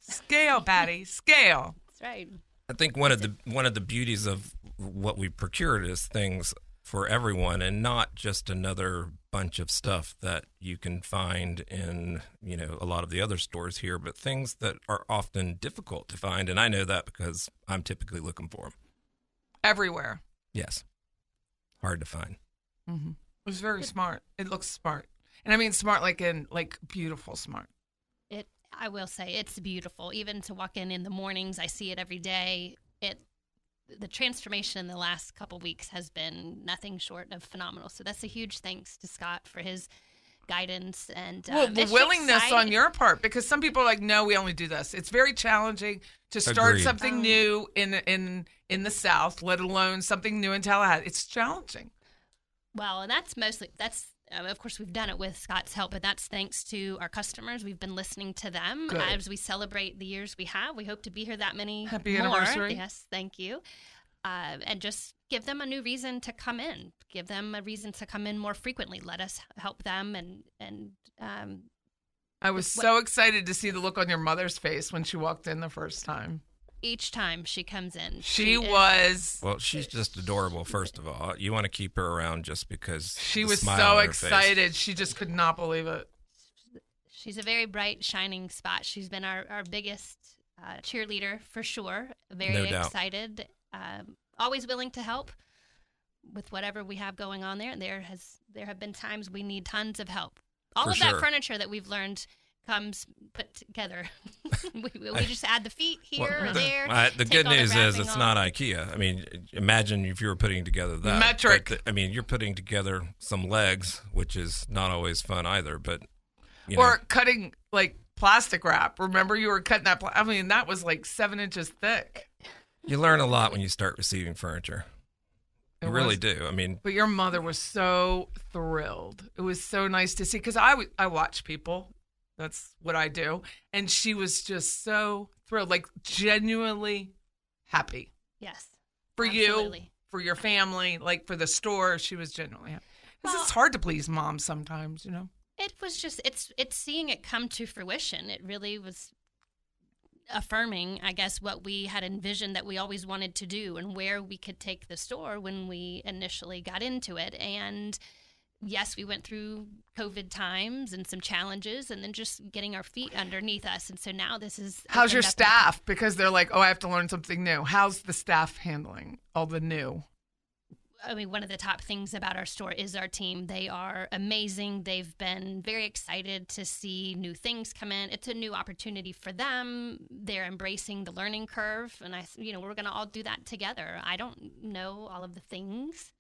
[SPEAKER 2] scale, Patty, scale.
[SPEAKER 5] That's right.
[SPEAKER 3] I think one of the one of the beauties of what we procured is things for everyone and not just another bunch of stuff that you can find in you know a lot of the other stores here but things that are often difficult to find and I know that because I'm typically looking for them.
[SPEAKER 2] everywhere.
[SPEAKER 3] Yes. Hard to find.
[SPEAKER 2] It was very smart. It looks smart, and I mean smart like in like beautiful smart.
[SPEAKER 5] It. I will say it's beautiful. Even to walk in in the mornings, I see it every day. It. The transformation in the last couple weeks has been nothing short of phenomenal. So that's a huge thanks to Scott for his guidance and
[SPEAKER 2] well,
[SPEAKER 5] um,
[SPEAKER 2] the
[SPEAKER 5] it's
[SPEAKER 2] willingness on
[SPEAKER 5] exciting.
[SPEAKER 2] your part because some people are like, no, we only do this. It's very challenging to start
[SPEAKER 3] Agreed.
[SPEAKER 5] Oh.
[SPEAKER 2] something new in in in the South, let alone something new in Tallahassee. It's challenging.
[SPEAKER 5] Well, and that's mostly that's um, of course we've done it with Scott's help, but that's thanks to our customers. We've been listening to them
[SPEAKER 2] Good.
[SPEAKER 5] as we celebrate the years we have. We hope to be here that many.
[SPEAKER 2] Happy
[SPEAKER 5] more.
[SPEAKER 2] anniversary.
[SPEAKER 5] Yes, thank you. Uh, and just give them a new reason to come in. Give them a reason to come in more frequently. Let us help them and and um,
[SPEAKER 2] I was so excited to see the look on your mother's face when she walked in the first time.
[SPEAKER 5] each time she comes in,
[SPEAKER 2] She
[SPEAKER 5] is-
[SPEAKER 2] was
[SPEAKER 3] Well, she's just adorable. First of all, you want to keep her around just because
[SPEAKER 2] she
[SPEAKER 3] the
[SPEAKER 2] was
[SPEAKER 3] smile
[SPEAKER 2] so
[SPEAKER 3] on her face.
[SPEAKER 2] excited. She just could not believe it.
[SPEAKER 5] She's a very bright, shining spot. She's been our, our biggest uh, cheerleader for sure. Very
[SPEAKER 3] No doubt.
[SPEAKER 5] excited, um, always willing to help with whatever we have going on there. And there has there have been times we need tons of help. All
[SPEAKER 3] For
[SPEAKER 5] of
[SPEAKER 3] sure.
[SPEAKER 5] that furniture that we've learned comes put together. [LAUGHS] we, we just add the feet
[SPEAKER 3] Well, [LAUGHS]
[SPEAKER 5] here or
[SPEAKER 3] the-
[SPEAKER 5] there.
[SPEAKER 3] uh, the
[SPEAKER 5] take
[SPEAKER 3] good
[SPEAKER 5] all
[SPEAKER 3] news is
[SPEAKER 5] wrapping
[SPEAKER 3] it's
[SPEAKER 5] off.
[SPEAKER 3] not IKEA. I mean, imagine if you were putting together that
[SPEAKER 2] Metric.
[SPEAKER 3] but the- I mean, you're putting together some legs, which is not always fun either. But you
[SPEAKER 2] or
[SPEAKER 3] know,
[SPEAKER 2] cutting like plastic wrap. Remember, you were cutting that. Pla- I mean, that was like seven inches thick.
[SPEAKER 3] you learn a lot when you start receiving furniture.
[SPEAKER 2] It
[SPEAKER 3] You really
[SPEAKER 2] was-
[SPEAKER 3] do. I mean,
[SPEAKER 2] But your mother was so thrilled. It was so nice to see because I w- I watch people. That's what I do, and she was just so thrilled, like genuinely happy
[SPEAKER 5] Yes.
[SPEAKER 2] for you,
[SPEAKER 5] Absolutely.
[SPEAKER 2] for your family, like for the store. She was genuinely happy. 'Cause
[SPEAKER 5] Well-
[SPEAKER 2] it's hard to please mom sometimes, you know.
[SPEAKER 5] It was just it's it's seeing it come to fruition. It really was affirming, I guess, what we had envisioned that we always wanted to do and where we could take the store when we initially got into it. And yes, we went through COVID times and some challenges and then just getting our feet underneath us. And so now this is
[SPEAKER 2] How's your
[SPEAKER 5] opened up-
[SPEAKER 2] staff? Because they're like, oh, I have to learn something new. How's the staff handling all the new?
[SPEAKER 5] I mean, one of the top things about our store is our team. They are amazing. They've been very excited to see new things come in. It's a new opportunity for them. They're embracing the learning curve, and I, you know, we're going to all do that together. I don't know all of the things,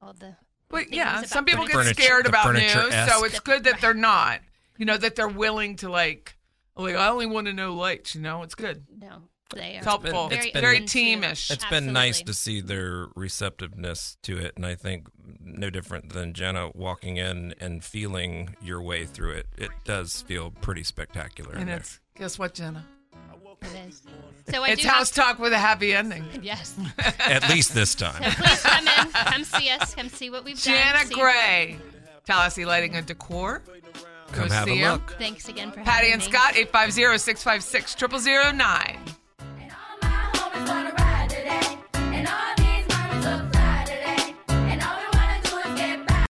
[SPEAKER 5] all the.
[SPEAKER 2] But
[SPEAKER 5] things
[SPEAKER 2] yeah,
[SPEAKER 5] about
[SPEAKER 2] some people get
[SPEAKER 5] furniture.
[SPEAKER 3] Furniture-
[SPEAKER 2] scared
[SPEAKER 3] the
[SPEAKER 2] about new, so
[SPEAKER 3] furniture-esque.
[SPEAKER 2] it's good that they're not. You know that they're willing to like, like I only want to know lights. You know, it's good.
[SPEAKER 5] No, they are
[SPEAKER 2] It's helpful.
[SPEAKER 3] It's
[SPEAKER 2] Very,
[SPEAKER 5] very,
[SPEAKER 3] been-
[SPEAKER 2] very
[SPEAKER 5] open to-
[SPEAKER 2] teamish.
[SPEAKER 5] It's
[SPEAKER 3] It's been nice
[SPEAKER 5] Absolutely.
[SPEAKER 3] to see their receptiveness to it and i think no different than jenna walking in and feeling your way through it it does feel pretty spectacular in
[SPEAKER 2] and
[SPEAKER 3] there.
[SPEAKER 2] it's guess what, Jenna?
[SPEAKER 5] It is. So I
[SPEAKER 2] It's
[SPEAKER 5] do have
[SPEAKER 2] house talk with a happy ending.
[SPEAKER 5] to- yes.
[SPEAKER 3] at least this
[SPEAKER 5] So [LAUGHS]
[SPEAKER 3] time
[SPEAKER 5] please come in, come see us, come see what we've done.
[SPEAKER 2] Jenna
[SPEAKER 5] see-
[SPEAKER 2] Gray, Tallahassee Lighting and Decor.
[SPEAKER 3] come have a
[SPEAKER 2] see 'em.
[SPEAKER 3] look
[SPEAKER 5] Thanks again for
[SPEAKER 2] Patty
[SPEAKER 5] having
[SPEAKER 2] and
[SPEAKER 5] me.
[SPEAKER 2] Scott, 850 656 0009.